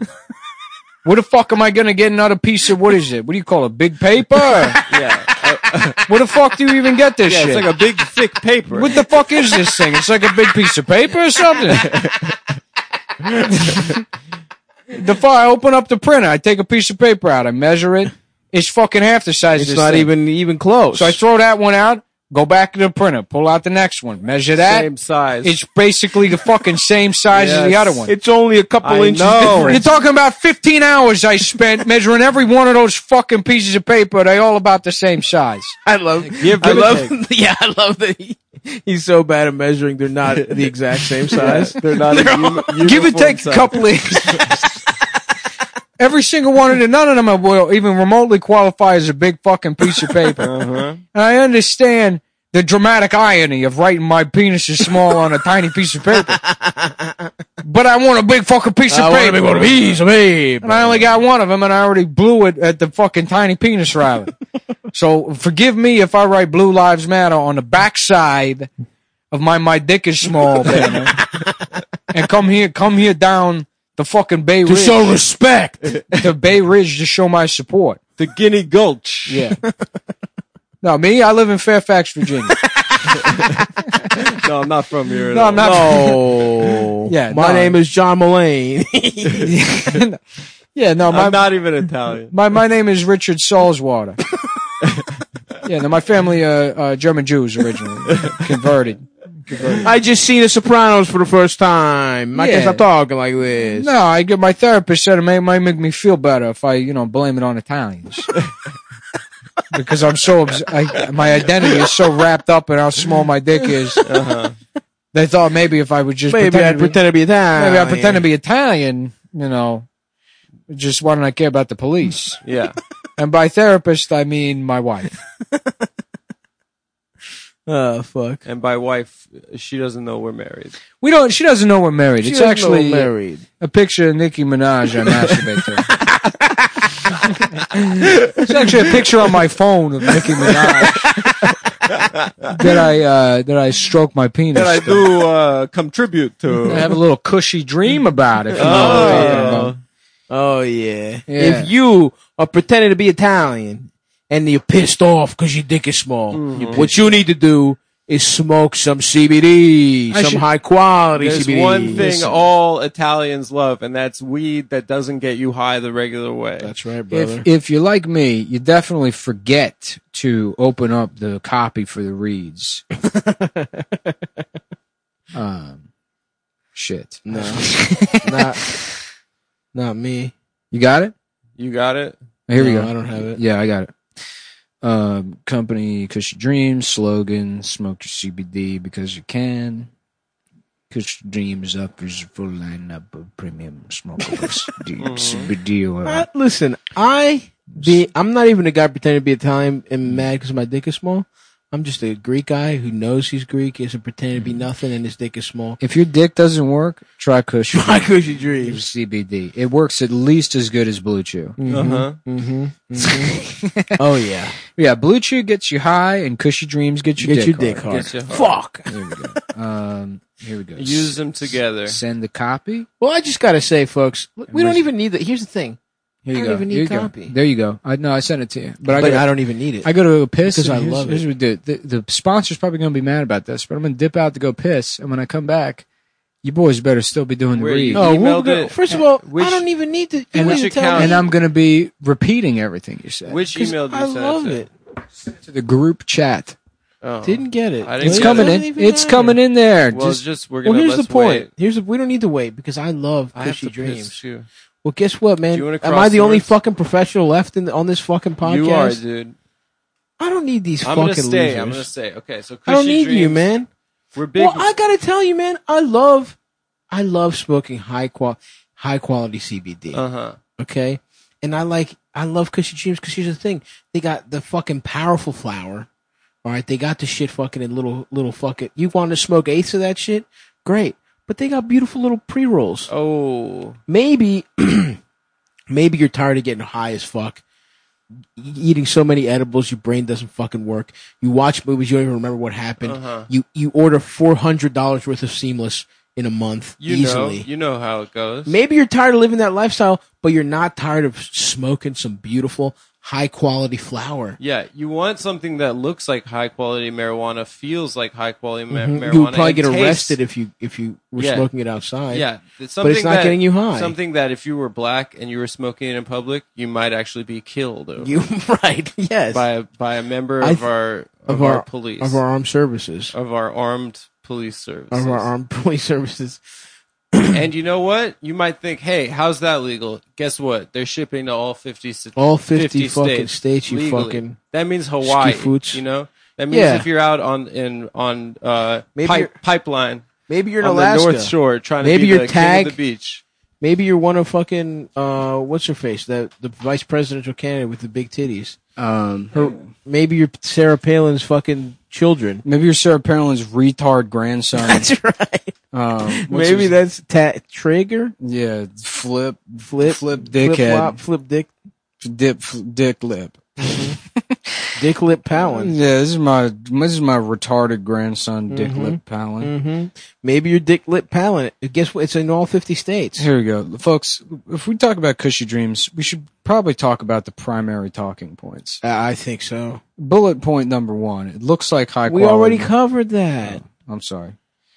Speaker 1: Where the fuck am I gonna get another piece of, what is it? What do you call it? Big paper?
Speaker 2: yeah,
Speaker 1: Where the fuck do you even get this
Speaker 2: yeah,
Speaker 1: shit?
Speaker 2: it's like a big thick paper.
Speaker 1: what the fuck is this thing? It's like a big piece of paper or something. the fu- I open up the printer. I take a piece of paper out. I measure it. It's fucking half the size. of
Speaker 4: It's
Speaker 1: this
Speaker 4: not
Speaker 1: thing.
Speaker 4: even even close.
Speaker 1: So I throw that one out. Go back to the printer. Pull out the next one. Measure that.
Speaker 2: Same size.
Speaker 1: It's basically the fucking same size as the
Speaker 2: Yes.
Speaker 1: other one.
Speaker 4: it's only a couple
Speaker 2: I
Speaker 4: inches
Speaker 2: know.
Speaker 4: different.
Speaker 1: You're talking about 15 hours I spent measuring every one of those fucking pieces of paper. They all about the same size.
Speaker 4: I love.
Speaker 2: Give
Speaker 4: I
Speaker 2: or
Speaker 4: love. Yeah, I love that. He, he's so bad at measuring; they're not the exact same size.
Speaker 2: They're not a uni-
Speaker 1: Give
Speaker 2: uniform
Speaker 1: and take a
Speaker 2: size.
Speaker 1: couple of. Every single one of them, none of them will even remotely qualify as a big fucking piece of paper. And I understand the dramatic irony of writing my penis is small on a tiny piece of paper. But I want a big fucking piece of paper.
Speaker 4: these, babe.
Speaker 1: And I only got one of them, and I already blew it at the fucking tiny penis rally. so forgive me if I write "Blue Lives Matter" on the backside of my "My Dick Is Small" banner, and come here, come here down the fucking Bay Ridge
Speaker 4: respect.
Speaker 1: to Bay Ridge to show my support.
Speaker 2: The Guinea Gulch.
Speaker 1: Yeah. No, me. I live in Fairfax, Virginia.
Speaker 2: No, I'm not from here. At
Speaker 1: No,
Speaker 2: all.
Speaker 1: I'm not.
Speaker 4: Oh,
Speaker 1: Yeah,
Speaker 4: My
Speaker 1: no.
Speaker 4: name is John Mullane.
Speaker 1: yeah, no,
Speaker 2: I'm
Speaker 1: my
Speaker 2: not even Italian.
Speaker 1: My my name is Richard Salzwater. yeah, no, my family uh, uh German Jews originally converted.
Speaker 4: I just seen The Sopranos for the first time. I
Speaker 1: Yeah.
Speaker 4: can't stop talking like this.
Speaker 1: No, I get my therapist said it may, might make me feel better if I you know blame it on Italians. because I'm so obs- I, my identity is so wrapped up in how small my dick is. They thought Uh-huh. maybe if I would just
Speaker 4: Maybe I
Speaker 1: pretend to be-
Speaker 4: pretend to be that.
Speaker 1: maybe I pretend to be Italian, you know, just why don't I care about the police?
Speaker 2: Yeah.
Speaker 1: And by therapist I mean my wife.
Speaker 4: Oh fuck.
Speaker 2: And by wife, she doesn't know we're married.
Speaker 1: We don't. She doesn't know we're married. it's actually uh,
Speaker 4: married.
Speaker 1: a picture of Nicki Minaj I masturbate to. it's actually a picture on my phone of Nicki Minaj that I uh, that I stroke my penis.
Speaker 2: And I
Speaker 1: to.
Speaker 2: do uh, contribute to.
Speaker 1: I have a little cushy dream about it. if you know what I'm talking
Speaker 2: oh,
Speaker 1: about.
Speaker 4: Oh yeah.
Speaker 1: Yeah.
Speaker 4: If you are pretending to be Italian and you're pissed off because your dick is small,
Speaker 1: Mm.
Speaker 2: Mm.
Speaker 4: what you need to do is smoke some CBD,
Speaker 1: I
Speaker 4: some
Speaker 1: should-
Speaker 4: high quality
Speaker 2: there's
Speaker 4: CBD.
Speaker 2: one thing all Italians love, and that's weed that doesn't get you high the regular way.
Speaker 4: That's right, brother.
Speaker 1: If if you're like me, you definitely forget to open up the copy for the reads. um, shit.
Speaker 4: no,
Speaker 1: Not-
Speaker 4: not me.
Speaker 1: you got it.
Speaker 2: You got it?
Speaker 1: Here we
Speaker 4: No,
Speaker 1: go.
Speaker 4: I don't have it.
Speaker 1: Yeah, I got it. Um, company Cushy Dreams slogan: Smoke your CBD because you can. Cushy Dreams offers a full lineup of premium smokables, deep CBD
Speaker 4: Uh,
Speaker 1: oil.
Speaker 4: listen, I be I'm not even a guy pretending to be Italian and mad because my dick is small. I'm just a Greek guy who knows he's Greek, isn't pretending to be nothing, and his dick is small.
Speaker 1: If your dick doesn't work, try Cushy
Speaker 4: My cushy
Speaker 1: Dreams
Speaker 4: dreams.
Speaker 1: CBD. It works at least as good as Blue Chew.
Speaker 4: Mm-hmm.
Speaker 2: Uh-huh.
Speaker 4: Oh yeah,
Speaker 1: Yeah, Blue Chew gets you high, and Cushy Dreams gets your
Speaker 4: get your
Speaker 1: dick.
Speaker 4: dick
Speaker 1: hard.
Speaker 4: hard.
Speaker 2: Get your hard.
Speaker 4: Fuck.
Speaker 1: Here we go. Um, here we go.
Speaker 2: Use them together.
Speaker 1: Send the copy.
Speaker 4: Well, I just gotta say, folks, we don't
Speaker 1: Everybody's-
Speaker 4: even need that. Here's the thing,
Speaker 1: Here
Speaker 4: I
Speaker 1: you
Speaker 4: don't
Speaker 1: go.
Speaker 4: even need
Speaker 1: Here you go.
Speaker 4: copy.
Speaker 1: There you go. I no, I sent it to you, but I
Speaker 4: but
Speaker 1: got
Speaker 4: I don't even need it.
Speaker 1: I go to go piss
Speaker 4: Because
Speaker 1: and
Speaker 4: I
Speaker 1: here's-
Speaker 4: love it.
Speaker 1: Here's what we do. The, the sponsor's probably going to be mad about this, but I'm going to dip out to go piss, and when I come back, You boys better still be doing the
Speaker 2: Where you-
Speaker 1: read.
Speaker 4: No, we'll
Speaker 2: emailed
Speaker 4: go,
Speaker 2: it.
Speaker 4: first of all,
Speaker 2: Which-
Speaker 4: I don't even need to. You
Speaker 2: and
Speaker 4: didn't
Speaker 2: which
Speaker 4: tell
Speaker 2: account-
Speaker 4: me
Speaker 1: And I'm going to be repeating everything you said
Speaker 2: Which email did you
Speaker 4: I
Speaker 2: send
Speaker 4: love
Speaker 2: to?
Speaker 4: it.
Speaker 1: to the group chat.
Speaker 2: Oh.
Speaker 4: Didn't get it.
Speaker 2: I didn't
Speaker 1: It's
Speaker 2: get
Speaker 1: coming
Speaker 2: it.
Speaker 1: in. It's coming in there.
Speaker 2: Well,
Speaker 1: Just
Speaker 2: just, we're
Speaker 4: Well,
Speaker 2: gonna.
Speaker 4: here's the
Speaker 2: let's
Speaker 4: point.
Speaker 2: wait.
Speaker 4: Here's the, we don't need to wait because I love
Speaker 2: I have
Speaker 4: cushy
Speaker 2: to
Speaker 4: dreams.
Speaker 2: piss too.
Speaker 4: Well, guess what, man?
Speaker 2: Do you wanna
Speaker 4: Am
Speaker 2: cross
Speaker 4: I the only
Speaker 2: swords?
Speaker 4: fucking professional left in on this fucking podcast?
Speaker 2: You are, dude.
Speaker 4: I don't need these
Speaker 2: I'm
Speaker 4: fucking
Speaker 2: gonna stay.
Speaker 4: losers.
Speaker 2: I'm gonna stay. Okay, so
Speaker 4: I don't
Speaker 2: Cushy
Speaker 4: need
Speaker 2: dreams,
Speaker 4: you, man.
Speaker 2: We're big.
Speaker 4: Well, I gotta tell you, man, I love, I love smoking high qual, high quality CBD.
Speaker 2: uh huh.
Speaker 4: okay, and I like, I love Cushy Dreams because here's the thing: they got the fucking powerful flower. All right, they got the shit fucking in little little fucking. You want to smoke eighths of that shit? Great, but they got beautiful little pre rolls.
Speaker 2: Oh,
Speaker 4: maybe maybe you're tired of getting high as fuck e- eating so many edibles your brain doesn't fucking work you watch movies you don't even remember what happened
Speaker 2: Uh-huh.
Speaker 4: you you order $400 worth of seamless in a month
Speaker 2: you
Speaker 4: easily
Speaker 2: know, you know how it goes.
Speaker 4: maybe you're tired of living that lifestyle but you're not tired of smoking some beautiful high quality flower
Speaker 2: Yeah, you want something that looks like high quality marijuana, feels like high quality ma- marijuana.
Speaker 4: Mm-hmm. you would probably
Speaker 2: and
Speaker 4: get
Speaker 2: tastes-
Speaker 4: arrested if you if you were
Speaker 2: Yeah.
Speaker 4: smoking it outside
Speaker 2: Yeah, it's
Speaker 4: But it's
Speaker 2: something
Speaker 4: not
Speaker 2: that-
Speaker 4: getting you high.
Speaker 2: Something that if you were black and you were smoking it in public, you might actually be killed over
Speaker 4: you right yes
Speaker 2: by a, by a member
Speaker 4: I
Speaker 2: of
Speaker 4: th-
Speaker 2: our of,
Speaker 4: of
Speaker 2: our,
Speaker 4: our-
Speaker 2: police
Speaker 4: of our armed services
Speaker 2: of our armed police service.
Speaker 4: of our armed police services
Speaker 2: and you know what? You might think, hey, how's that legal? Guess what? They're shipping to all fifty st-
Speaker 4: All 50 fucking states, you
Speaker 2: legally.
Speaker 4: fucking
Speaker 2: that means Hawaii.
Speaker 4: skifoots.
Speaker 2: You know. That means
Speaker 4: Yeah.
Speaker 2: if you're out on in on uh,
Speaker 4: Maybe
Speaker 2: pipe-
Speaker 4: you're-
Speaker 2: pipeline
Speaker 4: maybe you're in
Speaker 2: on
Speaker 4: Alaska
Speaker 2: the North Shore trying to
Speaker 4: Maybe
Speaker 2: be
Speaker 4: your
Speaker 2: the king
Speaker 4: tag-
Speaker 2: of the beach.
Speaker 4: Maybe you're one of fucking uh, what's her face, the the vice presidential candidate with the big titties.
Speaker 1: um,
Speaker 4: Her, maybe you're Sarah Palin's fucking children.
Speaker 1: maybe you're Sarah Palin's retard grandson. That's right. Um, what's
Speaker 4: maybe
Speaker 1: his-
Speaker 4: that's ta- Traeger,
Speaker 1: yeah, flip, flip,
Speaker 4: flip, flip
Speaker 1: dickhead,
Speaker 4: flop, flip dick,
Speaker 1: dip, dick lip.
Speaker 4: dick lip Palin.
Speaker 1: Yeah, this is my this is my retarded grandson, Dick
Speaker 4: Mhm.
Speaker 1: Lip Palin.
Speaker 4: Mm-hmm. Maybe you're Dick Lip Palin. Guess what? It's in all fifty states.
Speaker 1: Here we go, folks. If we talk about cushy dreams, we should probably talk about the primary talking points.
Speaker 4: Uh, I think so.
Speaker 1: Bullet point number one: It looks like high
Speaker 4: We
Speaker 1: quality.
Speaker 4: already covered that.
Speaker 1: I'm sorry.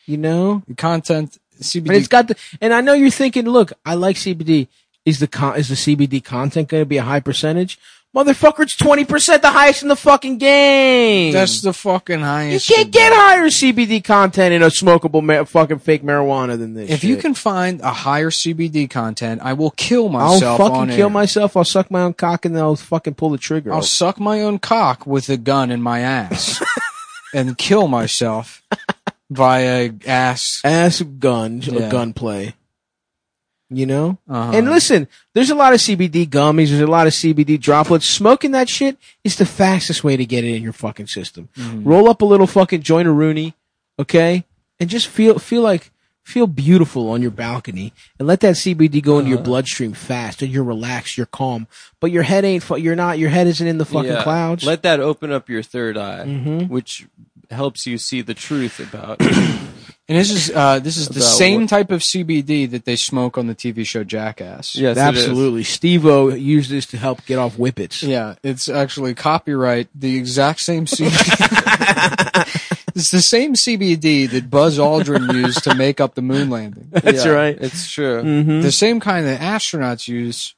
Speaker 4: You know,
Speaker 1: The content
Speaker 4: but it's
Speaker 1: CBD.
Speaker 4: got the. And I know you're thinking, look, I like CBD. Is the con- is the CBD content going to be a high percentage? Motherfucker, it's twenty percent, the highest in the fucking game.
Speaker 1: That's the fucking
Speaker 4: You
Speaker 1: highest.
Speaker 4: can't get higher CBD content in a smokable ma- fucking fake marijuana than this.
Speaker 1: If you
Speaker 4: shit.
Speaker 1: can find a higher CBD content, I will kill
Speaker 4: I'll
Speaker 1: myself. on
Speaker 4: fucking
Speaker 1: air.
Speaker 4: kill myself. I'll suck my own cock and then I'll fucking pull the trigger.
Speaker 1: I'll suck my own cock with a gun in my ass and kill myself via ass.
Speaker 4: ass gun
Speaker 1: Yeah.
Speaker 4: or gunplay. You know.
Speaker 1: Uh-huh.
Speaker 4: And listen, there's a lot of CBD gummies. There's a lot of CBD droplets. Smoking that shit is the fastest way to get it in your fucking system. Roll up a little fucking joint of Rooney, okay, and just feel feel like feel beautiful on your balcony, and let that CBD go into your bloodstream fast, and you're relaxed, you're calm, but your head ain't. Fu- you're not. Your head isn't in the fucking
Speaker 2: Yeah.
Speaker 4: clouds. Mm-hmm.
Speaker 2: Let that open up your third eye, which helps you see the truth about.
Speaker 1: And this is uh, this is the
Speaker 2: About
Speaker 1: same
Speaker 2: what-
Speaker 1: type of CBD that they smoke on the TV show Jackass.
Speaker 2: yes,
Speaker 4: Absolutely, Steve-O used this to help get off whippets.
Speaker 1: Yeah, it's actually copyright the exact same CBD. it's the same CBD that Buzz Aldrin used to make up the moon landing.
Speaker 2: That's
Speaker 4: right.
Speaker 2: It's true.
Speaker 4: Mm-hmm.
Speaker 1: The same kind that astronauts use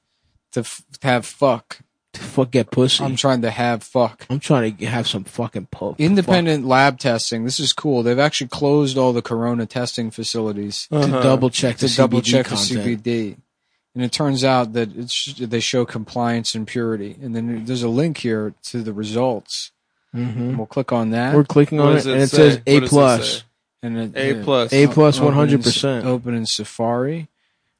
Speaker 1: to f- have fuck.
Speaker 4: To fuck get pussy.
Speaker 1: I'm
Speaker 4: I'm,
Speaker 1: trying to have fuck.
Speaker 4: trying to have some fucking pulp.
Speaker 1: Independent lab testing. This is cool. They've actually closed all the corona testing facilities
Speaker 4: Uh-huh. to double check the
Speaker 1: to double
Speaker 4: CBD
Speaker 1: check
Speaker 4: content.
Speaker 1: the CBD. And it turns out that it's, they show compliance and purity. And then there's a link here to the results.
Speaker 4: Mm-hmm.
Speaker 1: And we'll click on that.
Speaker 4: We're clicking
Speaker 2: What
Speaker 4: on it,
Speaker 2: does
Speaker 4: and it
Speaker 2: say?
Speaker 4: says
Speaker 2: What
Speaker 4: A
Speaker 2: does it
Speaker 4: plus.
Speaker 2: say?
Speaker 1: and it-
Speaker 2: A
Speaker 1: yeah.
Speaker 2: plus.
Speaker 4: A plus
Speaker 1: Open in-
Speaker 4: one hundred percent.
Speaker 1: Open in Safari.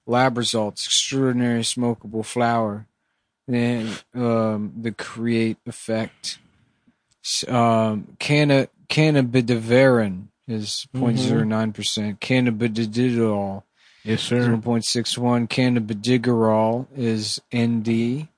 Speaker 1: Lab results. Extraordinary smokable flower. Then um, the create effect. S- Um, canna, cannabidivarin is 0.09%.
Speaker 4: Mm-hmm.
Speaker 1: Cannabidiol
Speaker 4: Yes,
Speaker 1: Zero point six one cannabidigerol is ND.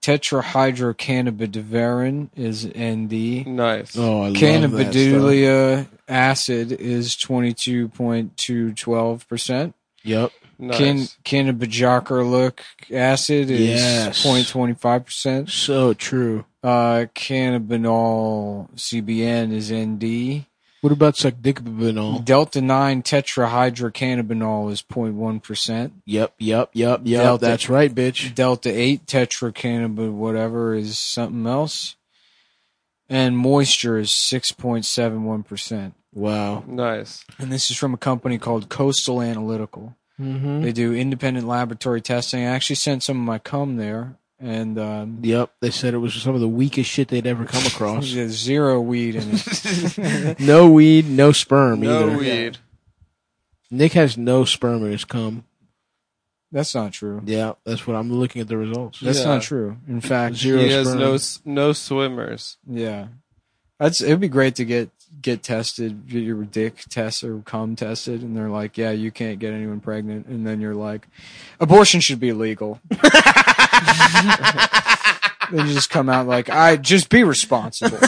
Speaker 1: Tetrahydrocannabidivarin is ND.
Speaker 2: Nice.
Speaker 4: Oh, I love that stuff.
Speaker 1: Cannabidiol acid is twenty two point two twelve percent.
Speaker 4: Yep.
Speaker 2: nice.
Speaker 1: Can cannabidiololic acid is
Speaker 4: Yes.
Speaker 1: point twenty five percent.
Speaker 4: So true.
Speaker 1: Uh, cannabinol CBN is ND.
Speaker 4: What about suck dick banal?
Speaker 1: Delta 9 tetrahydrocannabinol is 0.1%.
Speaker 4: Yep, yep, yep, yep.
Speaker 1: Delta.
Speaker 4: That's right, bitch.
Speaker 1: Delta 8 tetracannabinol whatever is something else. And moisture is 6.71%.
Speaker 4: Wow.
Speaker 2: Nice.
Speaker 1: And this is from a company called Coastal Analytical.
Speaker 4: Mm-hmm.
Speaker 1: They do independent laboratory testing. I actually sent some of my cum there, and um,
Speaker 4: Yep. They said it was some of the weakest shit they'd ever come across.
Speaker 1: there's zero weed in it.
Speaker 4: no weed, no sperm
Speaker 2: No
Speaker 4: either.
Speaker 2: weed.
Speaker 4: Nick has no sperm in his cum.
Speaker 1: That's not true.
Speaker 4: Yeah, that's what I'm looking at the results.
Speaker 1: That's
Speaker 2: Yeah.
Speaker 1: not true. In fact,
Speaker 4: Zero
Speaker 2: he has
Speaker 4: sperm.
Speaker 2: no s- no swimmers.
Speaker 1: Yeah, that's. It'd be great to get get tested, get your dick test or cum tested, and they're like, "Yeah, you can't get anyone pregnant," and then you're like, "Abortion should be legal." they just come out like, "I just be responsible."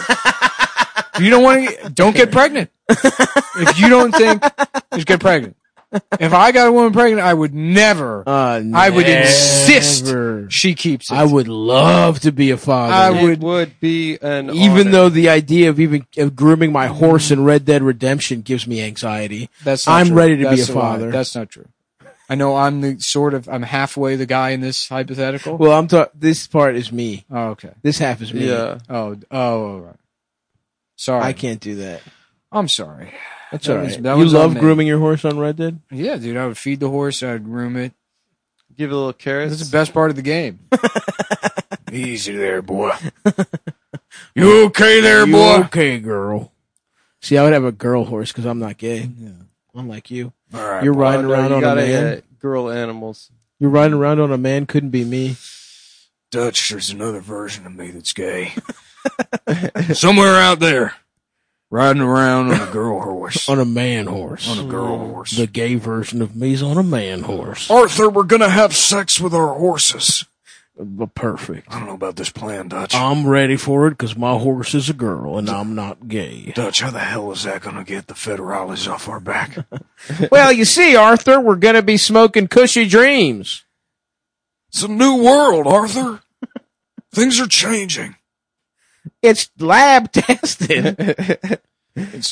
Speaker 1: If you don't want to, don't get pregnant. If you don't think, just get pregnant. If I got a woman pregnant, I would never.
Speaker 4: Uh,
Speaker 1: I would insist
Speaker 4: never.
Speaker 1: She keeps it.
Speaker 4: I would love to be a father.
Speaker 1: I
Speaker 2: It
Speaker 1: would-
Speaker 2: would, be an
Speaker 4: even
Speaker 2: honor.
Speaker 4: though the idea of even of grooming my horse in Red Dead Redemption gives me anxiety.
Speaker 1: That's not
Speaker 4: I'm
Speaker 1: true.
Speaker 4: ready to be
Speaker 1: That's
Speaker 4: a
Speaker 1: lie.
Speaker 4: father.
Speaker 1: That's not true. I know I'm the sort of I'm halfway the guy in this hypothetical.
Speaker 4: Well, I'm talking. This part is me.
Speaker 1: oh, okay.
Speaker 4: This half is me.
Speaker 2: yeah,
Speaker 1: Oh, oh, all right. Sorry.
Speaker 4: I can't do that.
Speaker 1: I'm sorry.
Speaker 4: That's
Speaker 1: That
Speaker 4: all right.
Speaker 1: was- that
Speaker 4: you
Speaker 1: was on
Speaker 4: love
Speaker 1: me.
Speaker 4: grooming your horse on Red Dead?
Speaker 1: Yeah, dude. I would feed the horse. I'd groom it.
Speaker 2: give it a little carrots.
Speaker 1: That's the best part of the game.
Speaker 5: Easy there, boy. you okay there,
Speaker 4: You
Speaker 5: boy?
Speaker 4: okay, girl? See, I would have a girl horse because I'm not gay. I'm like you.
Speaker 5: All right.
Speaker 4: You're riding
Speaker 2: Oh, no,
Speaker 4: around
Speaker 2: you
Speaker 4: on a
Speaker 2: gotta,
Speaker 4: man.
Speaker 2: uh, girl animals.
Speaker 4: You're riding around on a man. Couldn't be me.
Speaker 5: Dutch, there's another version of me that's gay. Somewhere out there, riding around on a girl horse.
Speaker 4: On a man horse.
Speaker 5: On a girl horse.
Speaker 4: the gay version of me's on a man horse.
Speaker 5: Arthur, we're gonna have sex with our horses.
Speaker 4: Uh, Perfect.
Speaker 5: I don't know about this plan, Dutch.
Speaker 4: I'm ready for it because my horse is a girl and I'm not gay.
Speaker 5: Dutch, how the hell is that gonna get the federales off our back?
Speaker 4: well, you see, Arthur, we're going to be smoking cushy dreams.
Speaker 5: It's a new world, Arthur. Things are changing.
Speaker 4: It's lab tested and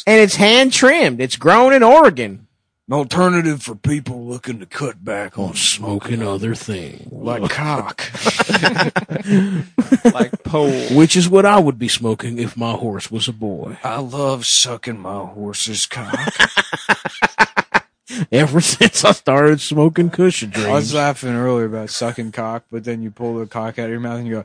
Speaker 4: it's hand trimmed. It's grown in Oregon.
Speaker 5: An alternative for people looking to cut back on
Speaker 4: Smoking other things.
Speaker 5: like cock.
Speaker 2: like pole.
Speaker 4: Which is what I would be smoking if my horse was a boy.
Speaker 5: I love sucking my horse's cock.
Speaker 4: Ever since I started smoking cushy
Speaker 1: I was
Speaker 4: dreams.
Speaker 1: laughing earlier about sucking cock, but then you pull the cock out of your mouth and you go,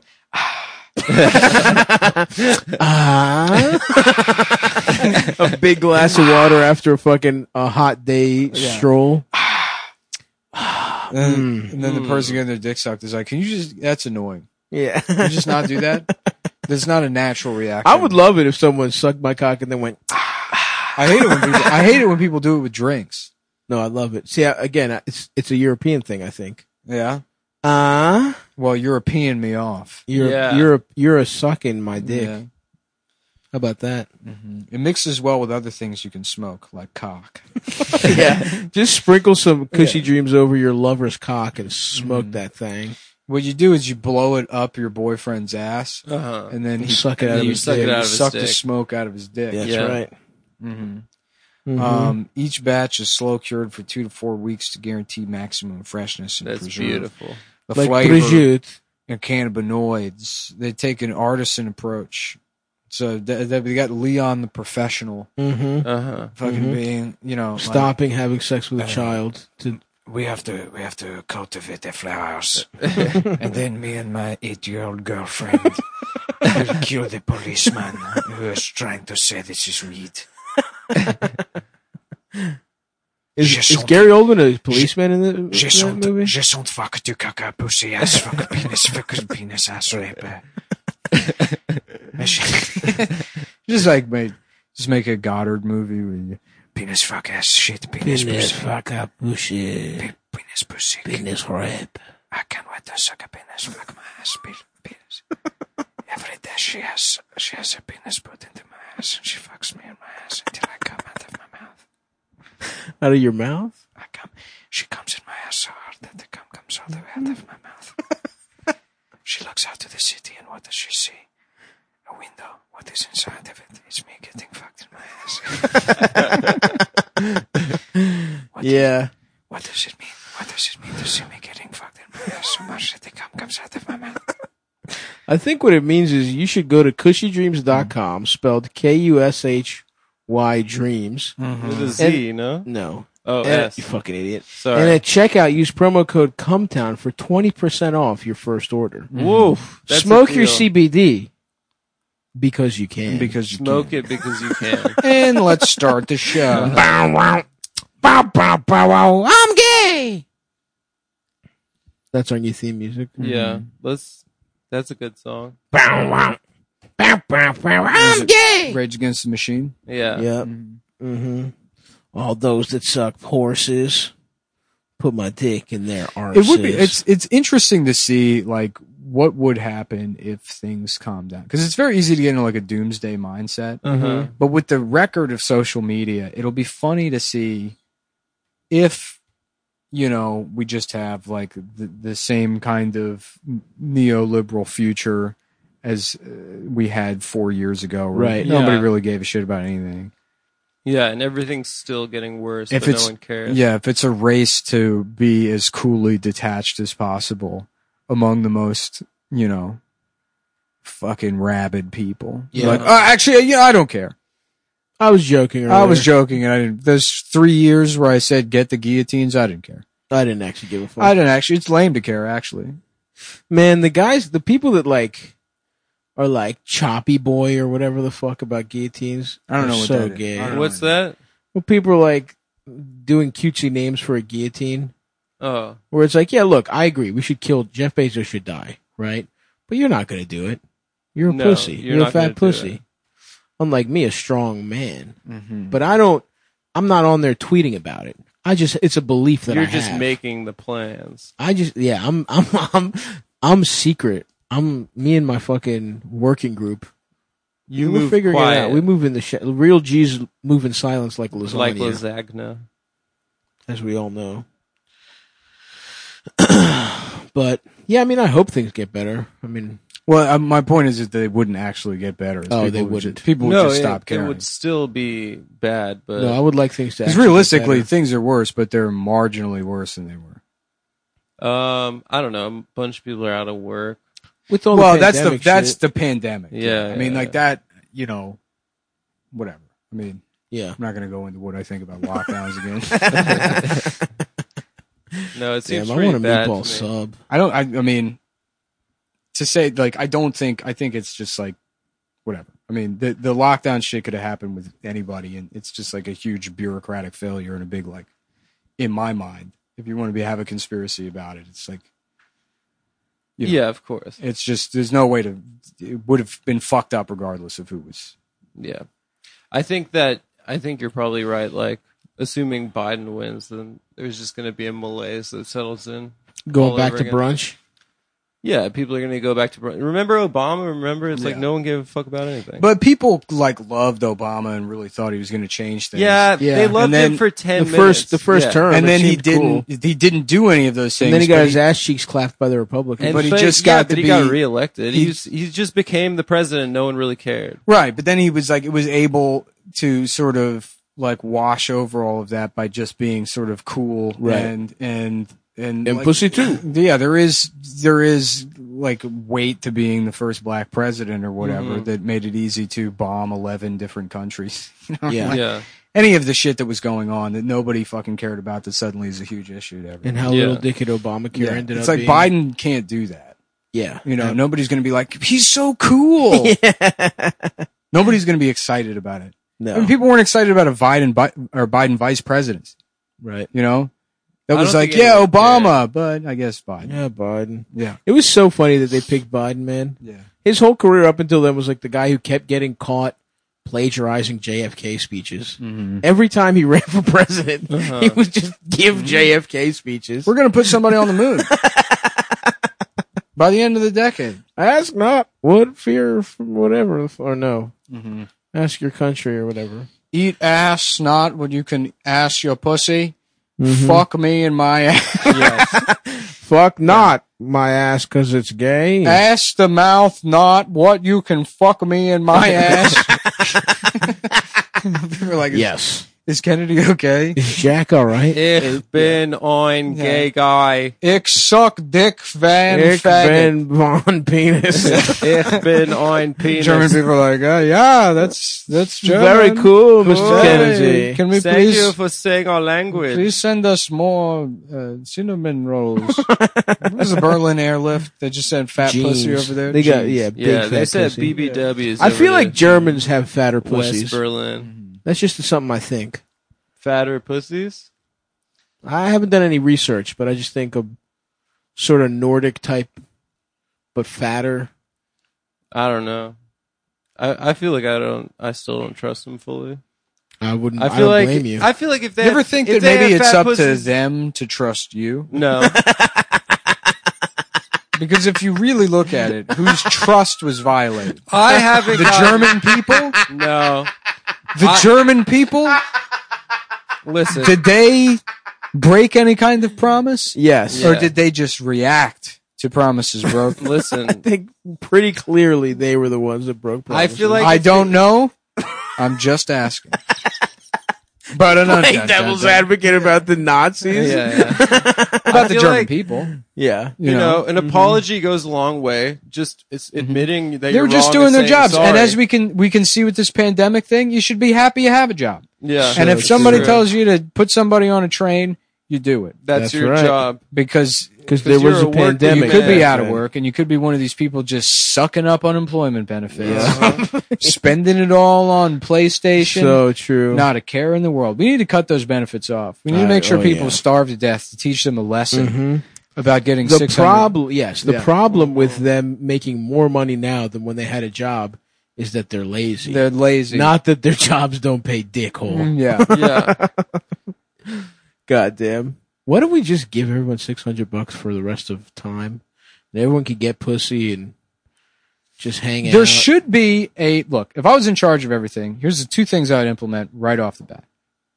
Speaker 4: a big glass of water after a fucking a hot day stroll. Ah,
Speaker 1: and then,
Speaker 4: mm,
Speaker 1: and then the person getting their dick sucked is like, "Can you just? That's annoying.
Speaker 4: Yeah.
Speaker 1: Can you just not do that? That's not a natural reaction.
Speaker 4: I would love it if someone sucked my cock and then went,
Speaker 1: I hate it when people. I hate it when people do it with drinks.
Speaker 4: no, I love it. See, I, again, I- it's, it's a European thing, I think.
Speaker 1: Yeah.
Speaker 4: Uh,
Speaker 1: Well, you're peeing me off.
Speaker 4: you're,
Speaker 2: Yeah.
Speaker 4: you're, a, you're a sucking my dick.
Speaker 1: Yeah.
Speaker 4: How about that?
Speaker 1: It mixes well with other things you can smoke, like cock.
Speaker 4: yeah. Just sprinkle some cushy dreams over your lover's cock and smoke
Speaker 2: Mm.
Speaker 4: that thing.
Speaker 1: What you do is you blow it up your boyfriend's ass,
Speaker 2: Uh-huh.
Speaker 1: and then he
Speaker 4: Suck it
Speaker 1: and
Speaker 4: out
Speaker 1: then
Speaker 4: of
Speaker 1: you
Speaker 4: his
Speaker 1: suck
Speaker 4: dick.
Speaker 1: you
Speaker 2: Out of his Mm-hmm.
Speaker 1: suck the
Speaker 2: dick.
Speaker 1: smoke out of his dick.
Speaker 4: That's
Speaker 2: Yeah.
Speaker 4: right.
Speaker 1: Mhm.
Speaker 4: Mhm.
Speaker 1: Um, each batch is slow cured for two to four weeks to guarantee maximum freshness and
Speaker 2: That's
Speaker 1: preserve
Speaker 2: beautiful.
Speaker 1: the
Speaker 4: like
Speaker 1: flavor
Speaker 4: Brigitte.
Speaker 1: and cannabinoids. They take an artisan approach. So th- th- they got Leon the professional,
Speaker 4: Mm-hmm.
Speaker 2: Uh huh.
Speaker 1: fucking
Speaker 4: Mhm.
Speaker 1: being you know like-
Speaker 4: Stopping having sex with a child to
Speaker 5: We have to we have to cultivate the flowers. and then me and my eight year old girlfriend will kill the policeman who is trying to say this is weed.
Speaker 4: is,
Speaker 5: Just
Speaker 4: is
Speaker 5: something.
Speaker 4: Gary Oldman a policeman in the in
Speaker 5: Je
Speaker 4: that
Speaker 5: sont
Speaker 4: movie?
Speaker 5: je sont fuck du caca pussy ass fuck penis fuck penis ass rape.
Speaker 1: just like make just make a Goddard movie where you
Speaker 5: penis fuck ass shit penis, pussy
Speaker 4: fuck up bushy.
Speaker 5: penis pussy.
Speaker 4: Penis rape.
Speaker 5: I can't wait to suck a penis fuck my ass pe- penis. Every day she has she has a penis put into my ass and she fucks me in my ass until I come out of my mouth.
Speaker 4: Out of your mouth?
Speaker 5: I come. She comes in my ass so hard that the cum comes all the way out of my mouth. she looks out to the city, and what does she see? A window. What is inside of it? It's me getting fucked in my ass. is
Speaker 4: Yeah.
Speaker 5: what does it mean? What does it mean to see me getting fucked in my ass so much that the cum comes out of my mouth?
Speaker 4: I think what it means is you should go to cushydreams.com, spelled K U S H Y dreams.
Speaker 2: With a Z, no?
Speaker 4: Mm. No.
Speaker 2: Oh,
Speaker 4: Uh-huh. And-
Speaker 2: S.
Speaker 4: You fucking idiot.
Speaker 2: Sorry.
Speaker 4: And at checkout, use promo code CUMTOWN for 20% off your first order.
Speaker 1: Mm-hmm.
Speaker 2: Whoa. that's a
Speaker 4: Smoke your
Speaker 2: deal.
Speaker 4: CBD because you can.
Speaker 5: Because
Speaker 2: Smoke it because you can.
Speaker 4: Mm-hmm.
Speaker 1: And let's start the show.
Speaker 5: Bow, wow. Bow, bow, bow, wow.
Speaker 6: I'm gay.
Speaker 4: That's our new theme music.
Speaker 2: yeah. Let's. That's a good song.
Speaker 5: Bow, wow. Bow, bow, bow, wow.
Speaker 6: I'm gay.
Speaker 1: Rage Against the Machine.
Speaker 2: Yeah.
Speaker 4: Yep. Mm-hmm. All those that suck horses put my dick in their arms.
Speaker 1: It would be. It's it's interesting to see like what would happen if things calm down because it's very easy to get into like a doomsday mindset.
Speaker 2: Uh-huh.
Speaker 4: Mm-hmm.
Speaker 1: But with the record of social media, it'll be funny to see if you know we just have like the, the same kind of neoliberal future as uh, we had four years ago. where
Speaker 4: Right.
Speaker 1: Nobody
Speaker 2: Yeah.
Speaker 1: really gave a shit about anything.
Speaker 2: Yeah, and everything's still getting worse,
Speaker 1: If
Speaker 2: but
Speaker 1: it's-
Speaker 2: no one cares.
Speaker 1: Yeah, if it's a race to be as coolly detached as possible among the most, you know, fucking rabid people.
Speaker 4: Yeah.
Speaker 1: Like, oh, actually, you know, I don't care.
Speaker 4: I was joking. Earlier.
Speaker 1: I was joking, and I didn't. Those three years where I said get the guillotines, I didn't care.
Speaker 4: I didn't actually give a fuck.
Speaker 1: I didn't actually. It's lame to care, actually.
Speaker 4: Man, the guys, the people that like are like choppy boy or whatever the fuck about guillotines.
Speaker 1: I don't
Speaker 4: are
Speaker 1: know what
Speaker 4: so
Speaker 1: that is.
Speaker 4: gay.
Speaker 1: I don't know.
Speaker 2: What's that?
Speaker 4: Well, people are like doing cutesy names for a guillotine,
Speaker 2: Oh,
Speaker 4: where it's like, yeah, look, I agree, we should kill Jeff Bezos should die, right? But you're not gonna do it. You're a
Speaker 2: No,
Speaker 4: pussy.
Speaker 2: you're
Speaker 4: You're, a
Speaker 2: not gonna
Speaker 4: fat
Speaker 2: do it. Mm-hmm.
Speaker 4: pussy. Unlike me, a strong man. But I don't. I'm not on there tweeting about it. I just it's a belief that
Speaker 2: you're
Speaker 4: I
Speaker 2: just
Speaker 4: have.
Speaker 2: making the plans.
Speaker 4: I just yeah, I'm I'm I'm I'm secret. I'm me and my fucking working group.
Speaker 2: You
Speaker 4: we're
Speaker 2: move
Speaker 4: figuring it out.
Speaker 2: quiet.
Speaker 4: We move in the sh- real G's move in silence like lasagna,
Speaker 2: like lasagna.
Speaker 4: as we all know. but yeah, I mean, I hope things get better. I mean,
Speaker 1: Well, uh, my point is that they wouldn't actually get better. It's
Speaker 4: Oh,
Speaker 1: people
Speaker 4: they
Speaker 1: would
Speaker 4: wouldn't.
Speaker 1: Just, people would
Speaker 2: no,
Speaker 1: just
Speaker 2: it-
Speaker 1: stop
Speaker 2: it,
Speaker 1: caring.
Speaker 2: would still be bad, but
Speaker 4: no, I would like things to.
Speaker 1: Because
Speaker 4: actually get
Speaker 1: realistically,
Speaker 4: better.
Speaker 1: things are worse, but they're marginally worse than they were.
Speaker 2: um, I don't know. A bunch of people are out of work.
Speaker 4: with all
Speaker 1: well,
Speaker 4: the
Speaker 1: that's the
Speaker 4: pandemic
Speaker 1: that's
Speaker 4: shit,
Speaker 1: the pandemic.
Speaker 2: Yeah,
Speaker 1: I mean,
Speaker 2: yeah,
Speaker 1: like that. You know, whatever. I mean,
Speaker 4: yeah.
Speaker 1: I'm not going to go into what I think about lockdowns again.
Speaker 2: No, it seems
Speaker 4: Damn, I
Speaker 2: pretty
Speaker 4: want a
Speaker 2: bad.
Speaker 4: meatball
Speaker 2: to me.
Speaker 4: sub.
Speaker 1: I don't. I, I mean, to say like I don't think I think it's just like whatever. I mean, the the lockdown shit could have happened with anybody, and it's just like a huge bureaucratic failure and a big like. In my mind, if you want to be have a conspiracy about it, it's like you know.
Speaker 2: Yeah, of course.
Speaker 1: it's just there's no way to. It would have been fucked up regardless of who was.
Speaker 2: Yeah, I think that I think you're probably right. Like, assuming Biden wins, then there's just going to be a malaise that settles in.
Speaker 4: Going
Speaker 2: all
Speaker 4: back
Speaker 2: over
Speaker 4: to
Speaker 2: again.
Speaker 4: brunch.
Speaker 2: Yeah, people are going to go back to remember Obama. Remember, it's like
Speaker 1: Yeah.
Speaker 2: no one gave a fuck about anything.
Speaker 1: But people like loved Obama and really thought he was going to change things.
Speaker 2: yeah,
Speaker 4: Yeah.
Speaker 2: they
Speaker 4: And
Speaker 2: loved
Speaker 1: then
Speaker 2: him for ten
Speaker 4: The
Speaker 2: minutes.
Speaker 4: first the first
Speaker 2: Yeah.
Speaker 4: term,
Speaker 1: and
Speaker 4: it
Speaker 1: then he
Speaker 4: seemed cool.
Speaker 1: didn't. He didn't do any of those things.
Speaker 4: And then he
Speaker 1: but
Speaker 4: got his ass cheeks clapped by the Republicans.
Speaker 2: And
Speaker 1: But he
Speaker 2: fa-
Speaker 1: just
Speaker 2: yeah,
Speaker 1: got
Speaker 2: but
Speaker 1: to
Speaker 2: he got
Speaker 1: be-
Speaker 2: reelected.
Speaker 1: he-
Speaker 2: He he just became the president. No one really cared.
Speaker 1: Right, but then he was like, it was able to sort of like wash over all of that by just being sort of cool
Speaker 4: Right.
Speaker 1: and and and
Speaker 4: And
Speaker 1: like-
Speaker 4: pussy too.
Speaker 1: Yeah, there is there is like weight to being the first black president or whatever
Speaker 4: Mm-hmm.
Speaker 1: that made it easy to bomb eleven different countries. You know,
Speaker 4: Yeah.
Speaker 1: like,
Speaker 2: yeah,
Speaker 1: any of the shit that was going on that nobody fucking cared about that suddenly is a huge issue to everyone.
Speaker 4: and how
Speaker 2: Yeah.
Speaker 4: little dickhead Obamacare
Speaker 1: Yeah.
Speaker 4: ended
Speaker 1: it's like
Speaker 4: up. being.
Speaker 1: Biden can't do that.
Speaker 4: Yeah,
Speaker 1: You know, nobody's going to be like, he's so cool. Nobody's going to be excited about it. I mean,
Speaker 4: no,
Speaker 1: people weren't excited about a Biden bi- or Biden vice presidency.
Speaker 4: right?
Speaker 1: You know, that
Speaker 2: I
Speaker 1: was
Speaker 2: don't
Speaker 1: like,
Speaker 2: think
Speaker 1: yeah,
Speaker 2: anyone
Speaker 1: Obama, but I guess Biden.
Speaker 4: Yeah, Biden.
Speaker 1: Yeah,
Speaker 4: It was so funny that they picked Biden, man.
Speaker 1: yeah.
Speaker 4: His whole career up until then was like the guy who kept getting caught plagiarizing JFK speeches.
Speaker 1: Mm-hmm.
Speaker 4: Every time he ran for president, he would just give JFK speeches.
Speaker 1: Uh-huh. Mm-hmm. We're gonna put somebody on the moon by the end of the decade.
Speaker 4: Ask not what fear from whatever, or no.
Speaker 1: Mm-hmm.
Speaker 4: Ask your country or whatever.
Speaker 1: Eat ass, not what you can ass your pussy. Fuck me in my ass.
Speaker 4: Fuck not my ass because it's gay.
Speaker 1: ass the mouth, not what you can fuck me in my ass. People are like, is,
Speaker 4: Yes.
Speaker 1: is Kennedy okay?
Speaker 4: Is Jack all right?
Speaker 1: eh,
Speaker 2: Ich bin ein gay guy.
Speaker 1: Ich suck dick van
Speaker 4: Eric
Speaker 1: faggot.
Speaker 4: Van Von Penis.
Speaker 2: Ich bin ein penis.
Speaker 1: German people are like, oh, yeah, that's that's German.
Speaker 4: Very cool, Mr.
Speaker 2: Cool.
Speaker 1: Hey,
Speaker 4: Kennedy.
Speaker 1: Can we
Speaker 2: Thank
Speaker 1: please
Speaker 2: you for saying our language.
Speaker 1: Please send us more uh, cinnamon rolls. There's a Berlin airlift. They just sent fat pussy
Speaker 4: Jeans.
Speaker 1: over there.
Speaker 4: They got
Speaker 1: Jeans.
Speaker 4: yeah. Big
Speaker 2: yeah,
Speaker 4: fat
Speaker 2: they said
Speaker 4: pussy.
Speaker 2: BBWs.
Speaker 4: I feel
Speaker 2: over
Speaker 4: like
Speaker 2: there.
Speaker 4: Germans have fatter
Speaker 2: West
Speaker 4: pussies.
Speaker 2: Berlin.
Speaker 4: That's just something I think.
Speaker 2: Fatter pussies?
Speaker 4: I haven't done any research, but I just think of sort of Nordic type, but fatter.
Speaker 2: I don't know. I, I feel like I don't. I still don't trust them fully.
Speaker 1: Mm,
Speaker 4: I wouldn't.
Speaker 2: I
Speaker 4: I,
Speaker 2: feel
Speaker 4: don't
Speaker 2: like
Speaker 4: blame you.
Speaker 2: I feel like if they
Speaker 1: You ever
Speaker 2: have-
Speaker 1: think
Speaker 2: if
Speaker 1: that
Speaker 2: they
Speaker 1: maybe
Speaker 2: have
Speaker 1: it's
Speaker 2: fat
Speaker 1: up
Speaker 2: pussies-
Speaker 1: to them to trust you?
Speaker 2: No,
Speaker 1: Because if you really look at it, whose trust was violated?
Speaker 2: I haven't.
Speaker 1: The
Speaker 2: got-
Speaker 1: German people?
Speaker 2: No,
Speaker 1: The German people?
Speaker 2: listen.
Speaker 1: Did they break any kind of promise?
Speaker 4: yes,
Speaker 1: Or
Speaker 2: Yeah.
Speaker 1: did they just react to promises broken?
Speaker 2: listen.
Speaker 4: I think pretty clearly they were the ones that broke.
Speaker 2: I
Speaker 4: promises.
Speaker 2: feel like
Speaker 1: I
Speaker 2: if
Speaker 1: don't know. I'm just asking. But I
Speaker 4: Playing devil's advocate about the
Speaker 2: they-
Speaker 4: Nazis.
Speaker 2: Yeah, yeah. I
Speaker 1: about the
Speaker 2: feel
Speaker 1: German
Speaker 2: like,
Speaker 1: people.
Speaker 4: Yeah.
Speaker 2: You know, an
Speaker 1: Mm-hmm.
Speaker 2: apology goes a long way. Just it's admitting that
Speaker 1: they
Speaker 2: you're
Speaker 1: were Mm-hmm. just
Speaker 2: wrong
Speaker 1: doing
Speaker 2: and
Speaker 1: their
Speaker 2: saying
Speaker 1: jobs and
Speaker 2: sorry.
Speaker 1: as we can we can see with this pandemic thing you should be happy you have a job
Speaker 2: yeah,
Speaker 1: and if
Speaker 4: Sure,
Speaker 1: somebody
Speaker 2: true.
Speaker 1: tells you to put somebody on a train you do it
Speaker 2: that's,
Speaker 4: That's
Speaker 2: your
Speaker 4: right.
Speaker 2: job,
Speaker 1: because
Speaker 2: 'Cause
Speaker 4: because there was
Speaker 2: you're
Speaker 4: a,
Speaker 2: a working
Speaker 4: pandemic.
Speaker 1: you could be
Speaker 2: man,
Speaker 1: out of work and you could be one of these people just sucking up unemployment benefits spending it all on playstation
Speaker 4: So true.
Speaker 1: not a care in the world we need to cut those benefits off we need to
Speaker 4: Right,
Speaker 1: make sure
Speaker 4: oh,
Speaker 1: people
Speaker 4: yeah.
Speaker 1: starve to death to teach them a lesson
Speaker 2: Mm-hmm.
Speaker 1: about getting
Speaker 4: the
Speaker 1: 600
Speaker 4: problem yes the
Speaker 1: Yeah.
Speaker 4: problem with them making more money now than when they had a job is that they're lazy
Speaker 1: they're lazy
Speaker 4: not that their jobs don't pay dickhole
Speaker 1: yeah
Speaker 2: yeah,
Speaker 4: god damn why don't we just give everyone 600 bucks for the rest of time and everyone could get pussy and just hang out
Speaker 1: There should be a look. If I was in charge of everything, here's the two things I would implement right off the bat.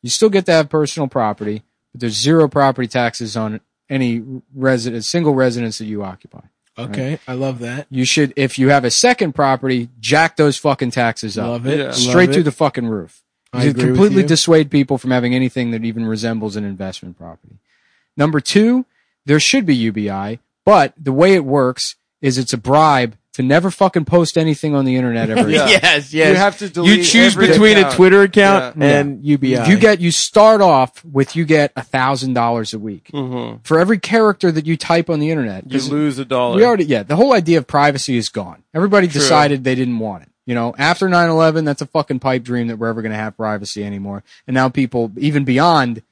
Speaker 1: You still get to have personal property, but there's zero property taxes on any resident, single residence that you occupy.
Speaker 4: okay i love that
Speaker 1: You should, if you have a second property, jack those fucking taxes up
Speaker 4: love it
Speaker 2: Yeah.
Speaker 1: straight
Speaker 4: love
Speaker 1: through
Speaker 4: it.
Speaker 1: the fucking roof.
Speaker 4: I
Speaker 1: You
Speaker 4: agree with
Speaker 1: completely
Speaker 4: you.
Speaker 1: dissuade people from having anything that even resembles an investment property. Number two, there should be UBI, but the way it works is it's a bribe to never fucking post anything on the internet ever. again.
Speaker 2: yeah.
Speaker 4: yes yes
Speaker 2: You have to delete
Speaker 4: you choose
Speaker 2: every
Speaker 4: between
Speaker 2: account.
Speaker 4: a twitter account
Speaker 1: Yeah.
Speaker 4: and ubi
Speaker 1: You get you start off with you get a thousand dollars a week
Speaker 2: hmm
Speaker 1: for every character that you type on the internet.
Speaker 2: you lose a dollar.
Speaker 1: We already yeah, the whole idea of privacy is gone. Everybody decided they didn't want it. You know, after 9/11, that's a fucking pipe dream that we're ever going to have privacy anymore. And now people even beyond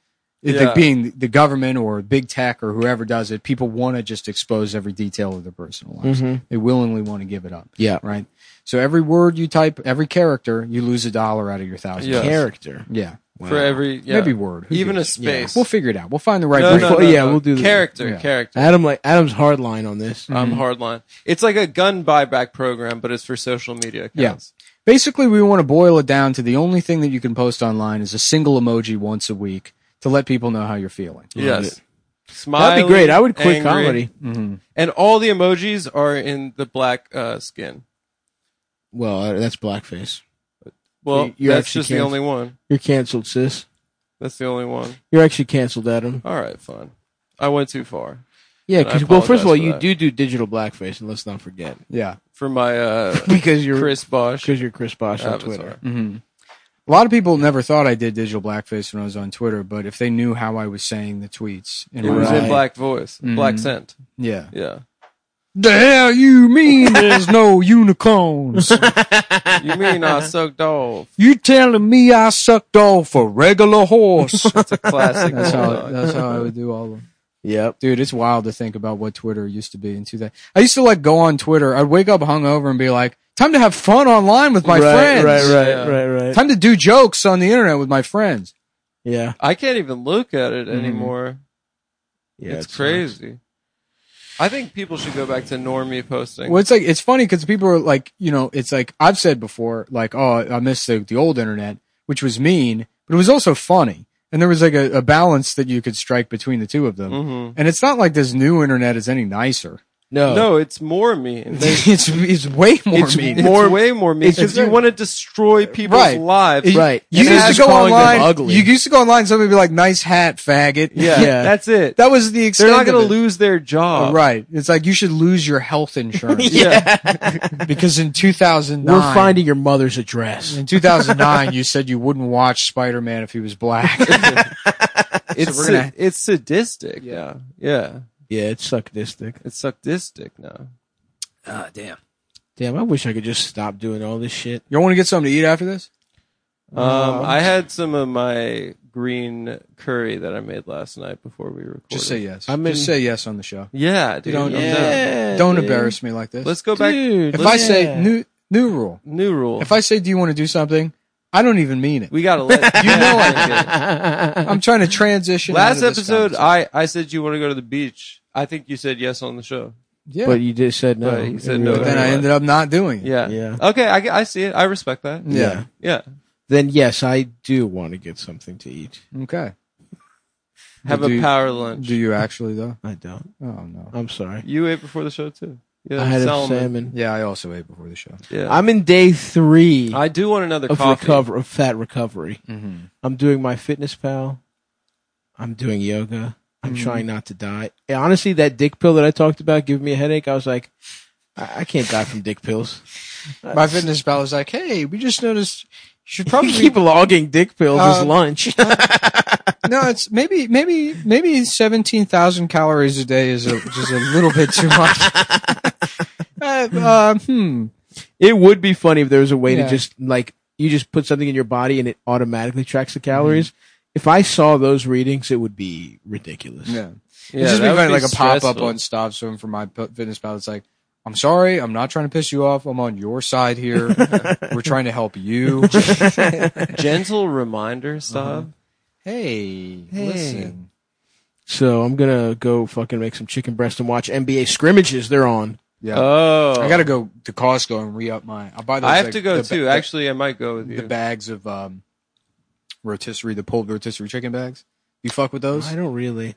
Speaker 1: it
Speaker 2: Yeah.
Speaker 1: being the government or big tech or whoever does it, people want to just expose every detail of their personal lives.
Speaker 2: Mm-hmm.
Speaker 1: They willingly want to give it up.
Speaker 4: Yeah.
Speaker 1: Right. So every word you type, every character, you lose a dollar out of your thousand.
Speaker 2: Yeah.
Speaker 4: character
Speaker 1: Yeah.
Speaker 2: for every yeah.
Speaker 1: Maybe word. Who
Speaker 2: even a
Speaker 1: gives-
Speaker 2: space.
Speaker 1: We'll figure it out. We'll find the right.
Speaker 2: no,
Speaker 1: word.
Speaker 2: no, no,
Speaker 4: Yeah,
Speaker 2: no.
Speaker 4: we'll do that.
Speaker 2: character,
Speaker 1: Yeah. Mm-hmm.
Speaker 2: character.
Speaker 4: adam like adam's hard line on this
Speaker 2: um, hardline. It's like a gun buyback program, but it's for social media accounts.
Speaker 1: Basically, we want to boil it down to the only thing that you can post online is a single emoji once a week to let people know how you're feeling.
Speaker 2: Yes. Smiley,
Speaker 4: That'd be great. I would quit
Speaker 2: angry.
Speaker 4: comedy.
Speaker 1: Mm-hmm.
Speaker 2: And all the emojis are in the black uh, skin.
Speaker 4: Well, uh, that's blackface.
Speaker 2: Well,
Speaker 4: You- you
Speaker 2: that's
Speaker 4: actually
Speaker 2: just the
Speaker 4: can't-
Speaker 2: only one.
Speaker 4: You're canceled, sis.
Speaker 2: That's the only one.
Speaker 4: You're actually canceled, Adam.
Speaker 2: All right, fine. I went too far
Speaker 4: Yeah,
Speaker 2: And I
Speaker 4: 'cause- well, first of all,
Speaker 2: apologize for
Speaker 4: you
Speaker 2: that.
Speaker 4: do do digital blackface, and let's not forget
Speaker 1: Yeah.
Speaker 2: for my uh,
Speaker 4: because you're
Speaker 2: Chris Bosch.
Speaker 4: because you're Chris Bosh on
Speaker 2: avatar.
Speaker 4: Twitter.
Speaker 1: A lot of people never thought I did digital blackface when I was on Twitter, but if they knew how I was saying the tweets, and
Speaker 2: It was
Speaker 4: Right.
Speaker 2: in black voice, black scent.
Speaker 1: yeah.
Speaker 2: Yeah.
Speaker 1: The hell you mean there's no unicorns?
Speaker 2: You mean I sucked off?
Speaker 1: You telling me I sucked off a regular horse?
Speaker 2: It's a classic.
Speaker 1: that's how
Speaker 2: bulldog.
Speaker 1: that's how I would do all of them.
Speaker 4: Yep.
Speaker 1: Dude, it's wild to think about what Twitter used to be in 2000. I used to like go on Twitter. I'd wake up hungover and be like, time to have fun online with my
Speaker 4: right,
Speaker 1: friends.
Speaker 4: Right, right,
Speaker 2: Yeah.
Speaker 4: right, right.
Speaker 1: Time to do jokes on the internet with my friends.
Speaker 4: Yeah.
Speaker 2: I can't even look at it anymore.
Speaker 4: yeah.
Speaker 2: it's, crazy. I think people should go back to normie posting.
Speaker 1: Well, it's like, it's funny because people are like, you know, it's like, I've said before, like, oh, I miss the, the old internet, which was mean, but it was also funny. And there was like a,
Speaker 4: Mm-hmm.
Speaker 1: a balance that you could strike between the two of them.
Speaker 2: Mhm.
Speaker 1: And it's not like this new internet is any nicer.
Speaker 4: No.
Speaker 2: No, it's more mean. They-
Speaker 1: it's it's way more
Speaker 4: It's
Speaker 1: mean.
Speaker 2: it's way more mean because you want to destroy people's
Speaker 1: Right.
Speaker 2: lives.
Speaker 1: You-
Speaker 4: Right.
Speaker 1: You
Speaker 4: And they're
Speaker 1: used to
Speaker 4: just
Speaker 1: go
Speaker 4: calling them
Speaker 1: online.
Speaker 4: ugly.
Speaker 1: You used to go online. and Somebody would be like, "Nice hat, faggot."
Speaker 2: Yeah,
Speaker 4: Yeah.
Speaker 2: that's it.
Speaker 1: That was the
Speaker 2: They're
Speaker 1: extent.
Speaker 2: not going
Speaker 1: of
Speaker 2: to
Speaker 1: it.
Speaker 2: lose their job.
Speaker 1: Oh, right. It's like you should lose your health insurance
Speaker 2: Yeah.
Speaker 1: because in 2009,
Speaker 4: We're finding your mother's address.
Speaker 1: in 2009 you said you wouldn't watch Spider-Man if he was black.
Speaker 2: it's
Speaker 1: we're gonna-
Speaker 2: sa- it's sadistic. Yeah. Yeah.
Speaker 4: Yeah, it's suckistic.
Speaker 2: It's suckdistic now.
Speaker 4: Damn, I wish I could just stop doing all this shit.
Speaker 1: you want to get something to eat after this? Uh-huh.
Speaker 2: Um, I had some of my green curry that I made last night before we recorded.
Speaker 1: Just say yes.
Speaker 4: I'm
Speaker 1: Just
Speaker 4: in-
Speaker 1: say yes on the show.
Speaker 2: Yeah, dude.
Speaker 1: don't-
Speaker 2: I'm down.
Speaker 1: Yeah. Don't embarrass me like this.
Speaker 2: Let's go back.
Speaker 4: Dude,
Speaker 1: if
Speaker 2: let's-
Speaker 1: I say new new rule,
Speaker 2: new rule.
Speaker 1: if I say do you want to do something, I don't even mean it.
Speaker 2: we gotta let you
Speaker 1: know I
Speaker 2: know.
Speaker 1: I'm trying to transition. out of
Speaker 2: Last
Speaker 1: this
Speaker 2: episode,
Speaker 1: conversation.
Speaker 2: I I said you want to go to the beach. I think you said yes on the show.
Speaker 1: yeah.
Speaker 4: But you just said no.
Speaker 2: But he said
Speaker 4: And
Speaker 2: no.
Speaker 4: you're
Speaker 1: But then
Speaker 4: like,
Speaker 1: I ended up not doing it.
Speaker 2: Yeah.
Speaker 4: Yeah.
Speaker 2: Okay, I, get- I see it. I respect that.
Speaker 1: Yeah.
Speaker 2: Yeah.
Speaker 4: Then yes, I do want to get something to eat.
Speaker 1: Okay.
Speaker 2: Have
Speaker 1: Do
Speaker 2: a
Speaker 1: you-
Speaker 2: power lunch.
Speaker 1: Do you actually though?
Speaker 4: I don't.
Speaker 1: Oh no.
Speaker 4: I'm sorry.
Speaker 2: you ate before the show too. Yeah.
Speaker 4: I had
Speaker 2: salmon.
Speaker 4: a salmon.
Speaker 1: Yeah, I also ate before the show.
Speaker 2: Yeah.
Speaker 4: I'm in day three
Speaker 2: I do want another
Speaker 4: of
Speaker 2: coffee.
Speaker 4: recover of fat recovery. I'm doing my fitness pal. I'm doing yoga. I'm trying not to die. And honestly, that dick pill that I talked about giving me a headache. I was like, I, I can't die from dick pills.
Speaker 1: My fitness pal was like, "Hey, we just noticed you should probably
Speaker 4: keep logging dick pills as
Speaker 1: Um,
Speaker 4: lunch.
Speaker 1: no. It's maybe maybe maybe seventeen thousand calories a day is a, just a little bit too much." uh, uh, hmm.
Speaker 4: it would be funny if there was a way
Speaker 1: Yeah.
Speaker 4: to just like you just put something in your body and it automatically tracks the calories. If I saw those readings, it would be ridiculous.
Speaker 1: Yeah.
Speaker 2: Yeah,
Speaker 1: It's just
Speaker 2: that
Speaker 1: be
Speaker 2: would
Speaker 1: funny,
Speaker 2: be
Speaker 1: like a pop up
Speaker 2: stressful.
Speaker 1: on stop swim for my p- fitness pal. It's like, I'm sorry, I'm not trying to piss you off. I'm on your side here. We're trying to help you.
Speaker 2: gentle reminder stuff.
Speaker 1: hey, listen.
Speaker 4: So I'm gonna go fucking make some chicken breast and watch NBA scrimmages. They're on.
Speaker 1: Yeah,
Speaker 2: Oh,
Speaker 1: I gotta go to Costco and re up my. I'll buy. Those,
Speaker 2: I have
Speaker 1: like,
Speaker 2: to go
Speaker 1: the ba-
Speaker 2: too.
Speaker 1: the-
Speaker 2: Actually, I might go with
Speaker 1: the,
Speaker 2: you.
Speaker 1: bags of um, rotisserie, the pulled rotisserie chicken bags. You fuck with those?
Speaker 4: I don't really.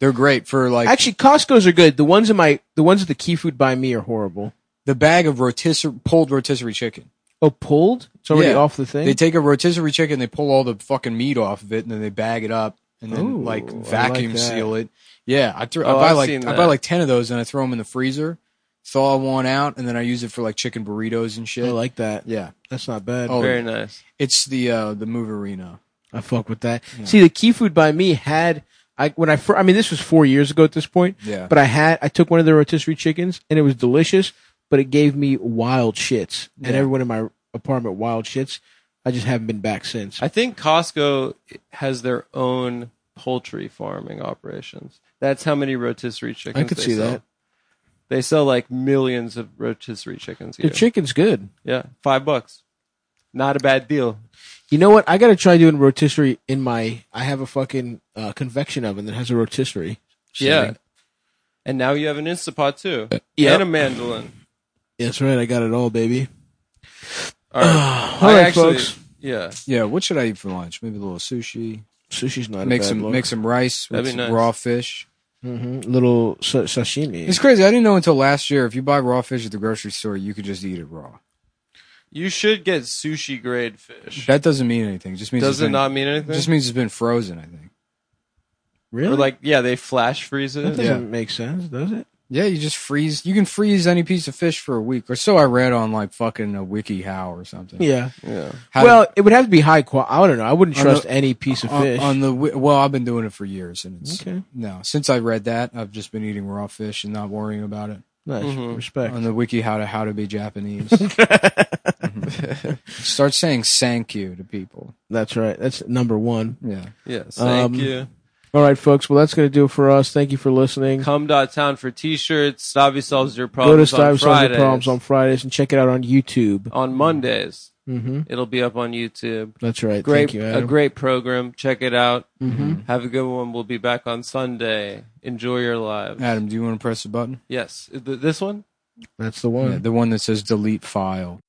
Speaker 1: They're great for like
Speaker 4: Actually, Costco's are good. The ones in my the ones at the Key Food by me are horrible.
Speaker 1: the bag of rotisserie pulled rotisserie chicken.
Speaker 4: Oh, pulled? It's already
Speaker 1: Yeah.
Speaker 4: off the thing.
Speaker 1: They take a rotisserie chicken, they pull all the fucking meat off of it, and then they bag it up and then
Speaker 4: Ooh,
Speaker 1: like
Speaker 4: I like
Speaker 1: vacuum
Speaker 4: that.
Speaker 1: seal it. Yeah, I, throw, I
Speaker 2: Oh,
Speaker 1: buy
Speaker 2: I've
Speaker 1: like
Speaker 2: seen
Speaker 1: I buy
Speaker 2: that.
Speaker 1: like ten of those, and I throw them in the freezer, thaw one out, and then I use it for like chicken burritos and
Speaker 4: I
Speaker 1: shit.
Speaker 4: like that.
Speaker 1: yeah,
Speaker 4: That's not bad.
Speaker 1: Oh.
Speaker 2: Very nice.
Speaker 1: it's the uh, the moverino.
Speaker 4: I fuck with that. See, the Key Food by me had I when I fir- I mean this was four years ago at this point.
Speaker 1: Yeah.
Speaker 4: But I had I took one of their rotisserie chickens and it was delicious, but it gave me wild shits and
Speaker 1: Yeah.
Speaker 4: everyone in my apartment wild shits. I just haven't been back since.
Speaker 2: I think Costco has their own poultry farming operations. That's how many rotisserie chickens.
Speaker 4: could
Speaker 2: they
Speaker 4: see
Speaker 2: sell.
Speaker 4: that.
Speaker 2: They sell like millions of rotisserie chickens. a
Speaker 4: the
Speaker 2: year.
Speaker 4: chicken's good.
Speaker 2: yeah, five bucks. Not a bad deal.
Speaker 4: You know what? I gotta try doing rotisserie in my. I have a fucking uh, convection oven that has a rotisserie.
Speaker 2: Yeah.
Speaker 4: setting.
Speaker 2: And now you have an Instapot too,
Speaker 4: yep.
Speaker 2: and a mandolin.
Speaker 4: Yeah, that's right. I got it all, baby.
Speaker 2: All right,
Speaker 4: all
Speaker 2: I
Speaker 4: right,
Speaker 2: actually-
Speaker 4: folks.
Speaker 2: Yeah,
Speaker 1: Yeah, what should I eat for lunch? Maybe a little sushi.
Speaker 4: Sushi's not
Speaker 1: Make
Speaker 4: a bad
Speaker 1: some
Speaker 4: look.
Speaker 1: make some rice with
Speaker 2: That'd be
Speaker 1: some
Speaker 2: nice.
Speaker 1: raw fish.
Speaker 4: Mhm. little sa- sashimi.
Speaker 1: It's crazy. I didn't know until last year. If you buy raw fish at the grocery store, you could just eat it raw.
Speaker 2: you should get sushi grade fish.
Speaker 1: That doesn't mean anything. It just means
Speaker 2: Does
Speaker 1: it's
Speaker 2: it
Speaker 1: been-
Speaker 2: not mean anything?
Speaker 1: it Just means it's been frozen. I think.
Speaker 4: really?
Speaker 2: or like, yeah, they flash freeze
Speaker 4: that
Speaker 2: it.
Speaker 4: doesn't
Speaker 1: Yeah.
Speaker 4: make sense, does it?
Speaker 1: Yeah, you just freeze. You can freeze any piece of fish for a week, or so I read on like fucking a wiki how or something.
Speaker 4: Yeah.
Speaker 2: Yeah.
Speaker 1: How
Speaker 4: well, it would have to be high quality. I don't know. I wouldn't
Speaker 1: On
Speaker 4: trust
Speaker 1: the-
Speaker 4: any piece of
Speaker 1: on,
Speaker 4: fish.
Speaker 1: on the wi- well, I've been doing it for years, and it's
Speaker 4: okay,
Speaker 1: no since I read that I've just been eating raw fish and not worrying about it.
Speaker 4: nice
Speaker 2: Mhm.
Speaker 4: respect.
Speaker 1: On the wiki how to how to be Japanese, Mhm. start saying thank you to people.
Speaker 4: That's right. That's number one.
Speaker 1: Yeah,
Speaker 2: Yes. Thank
Speaker 4: Um,
Speaker 2: you.
Speaker 4: All right, folks. Well, that's going to do it for us. Thank you for listening.
Speaker 2: Cum.town for t-shirts. Stavi solves your
Speaker 4: Go to
Speaker 2: problems on
Speaker 4: Stuyvesant Solves Your
Speaker 2: Fridays.
Speaker 4: Problems on Fridays and check it out on YouTube.
Speaker 2: on Mondays.
Speaker 4: Mm-hmm.
Speaker 2: It'll be up on YouTube.
Speaker 4: That's right.
Speaker 2: Great,
Speaker 4: Thank you,
Speaker 2: a
Speaker 4: Adam.
Speaker 2: great program. Check it out.
Speaker 4: mm-hmm.
Speaker 2: Have a good one. We'll be back on Sunday. Enjoy your lives.
Speaker 1: Adam, do you want to press the button?
Speaker 2: Yes, Th- this one.
Speaker 4: That's the one.
Speaker 1: Yeah, the one that says delete file.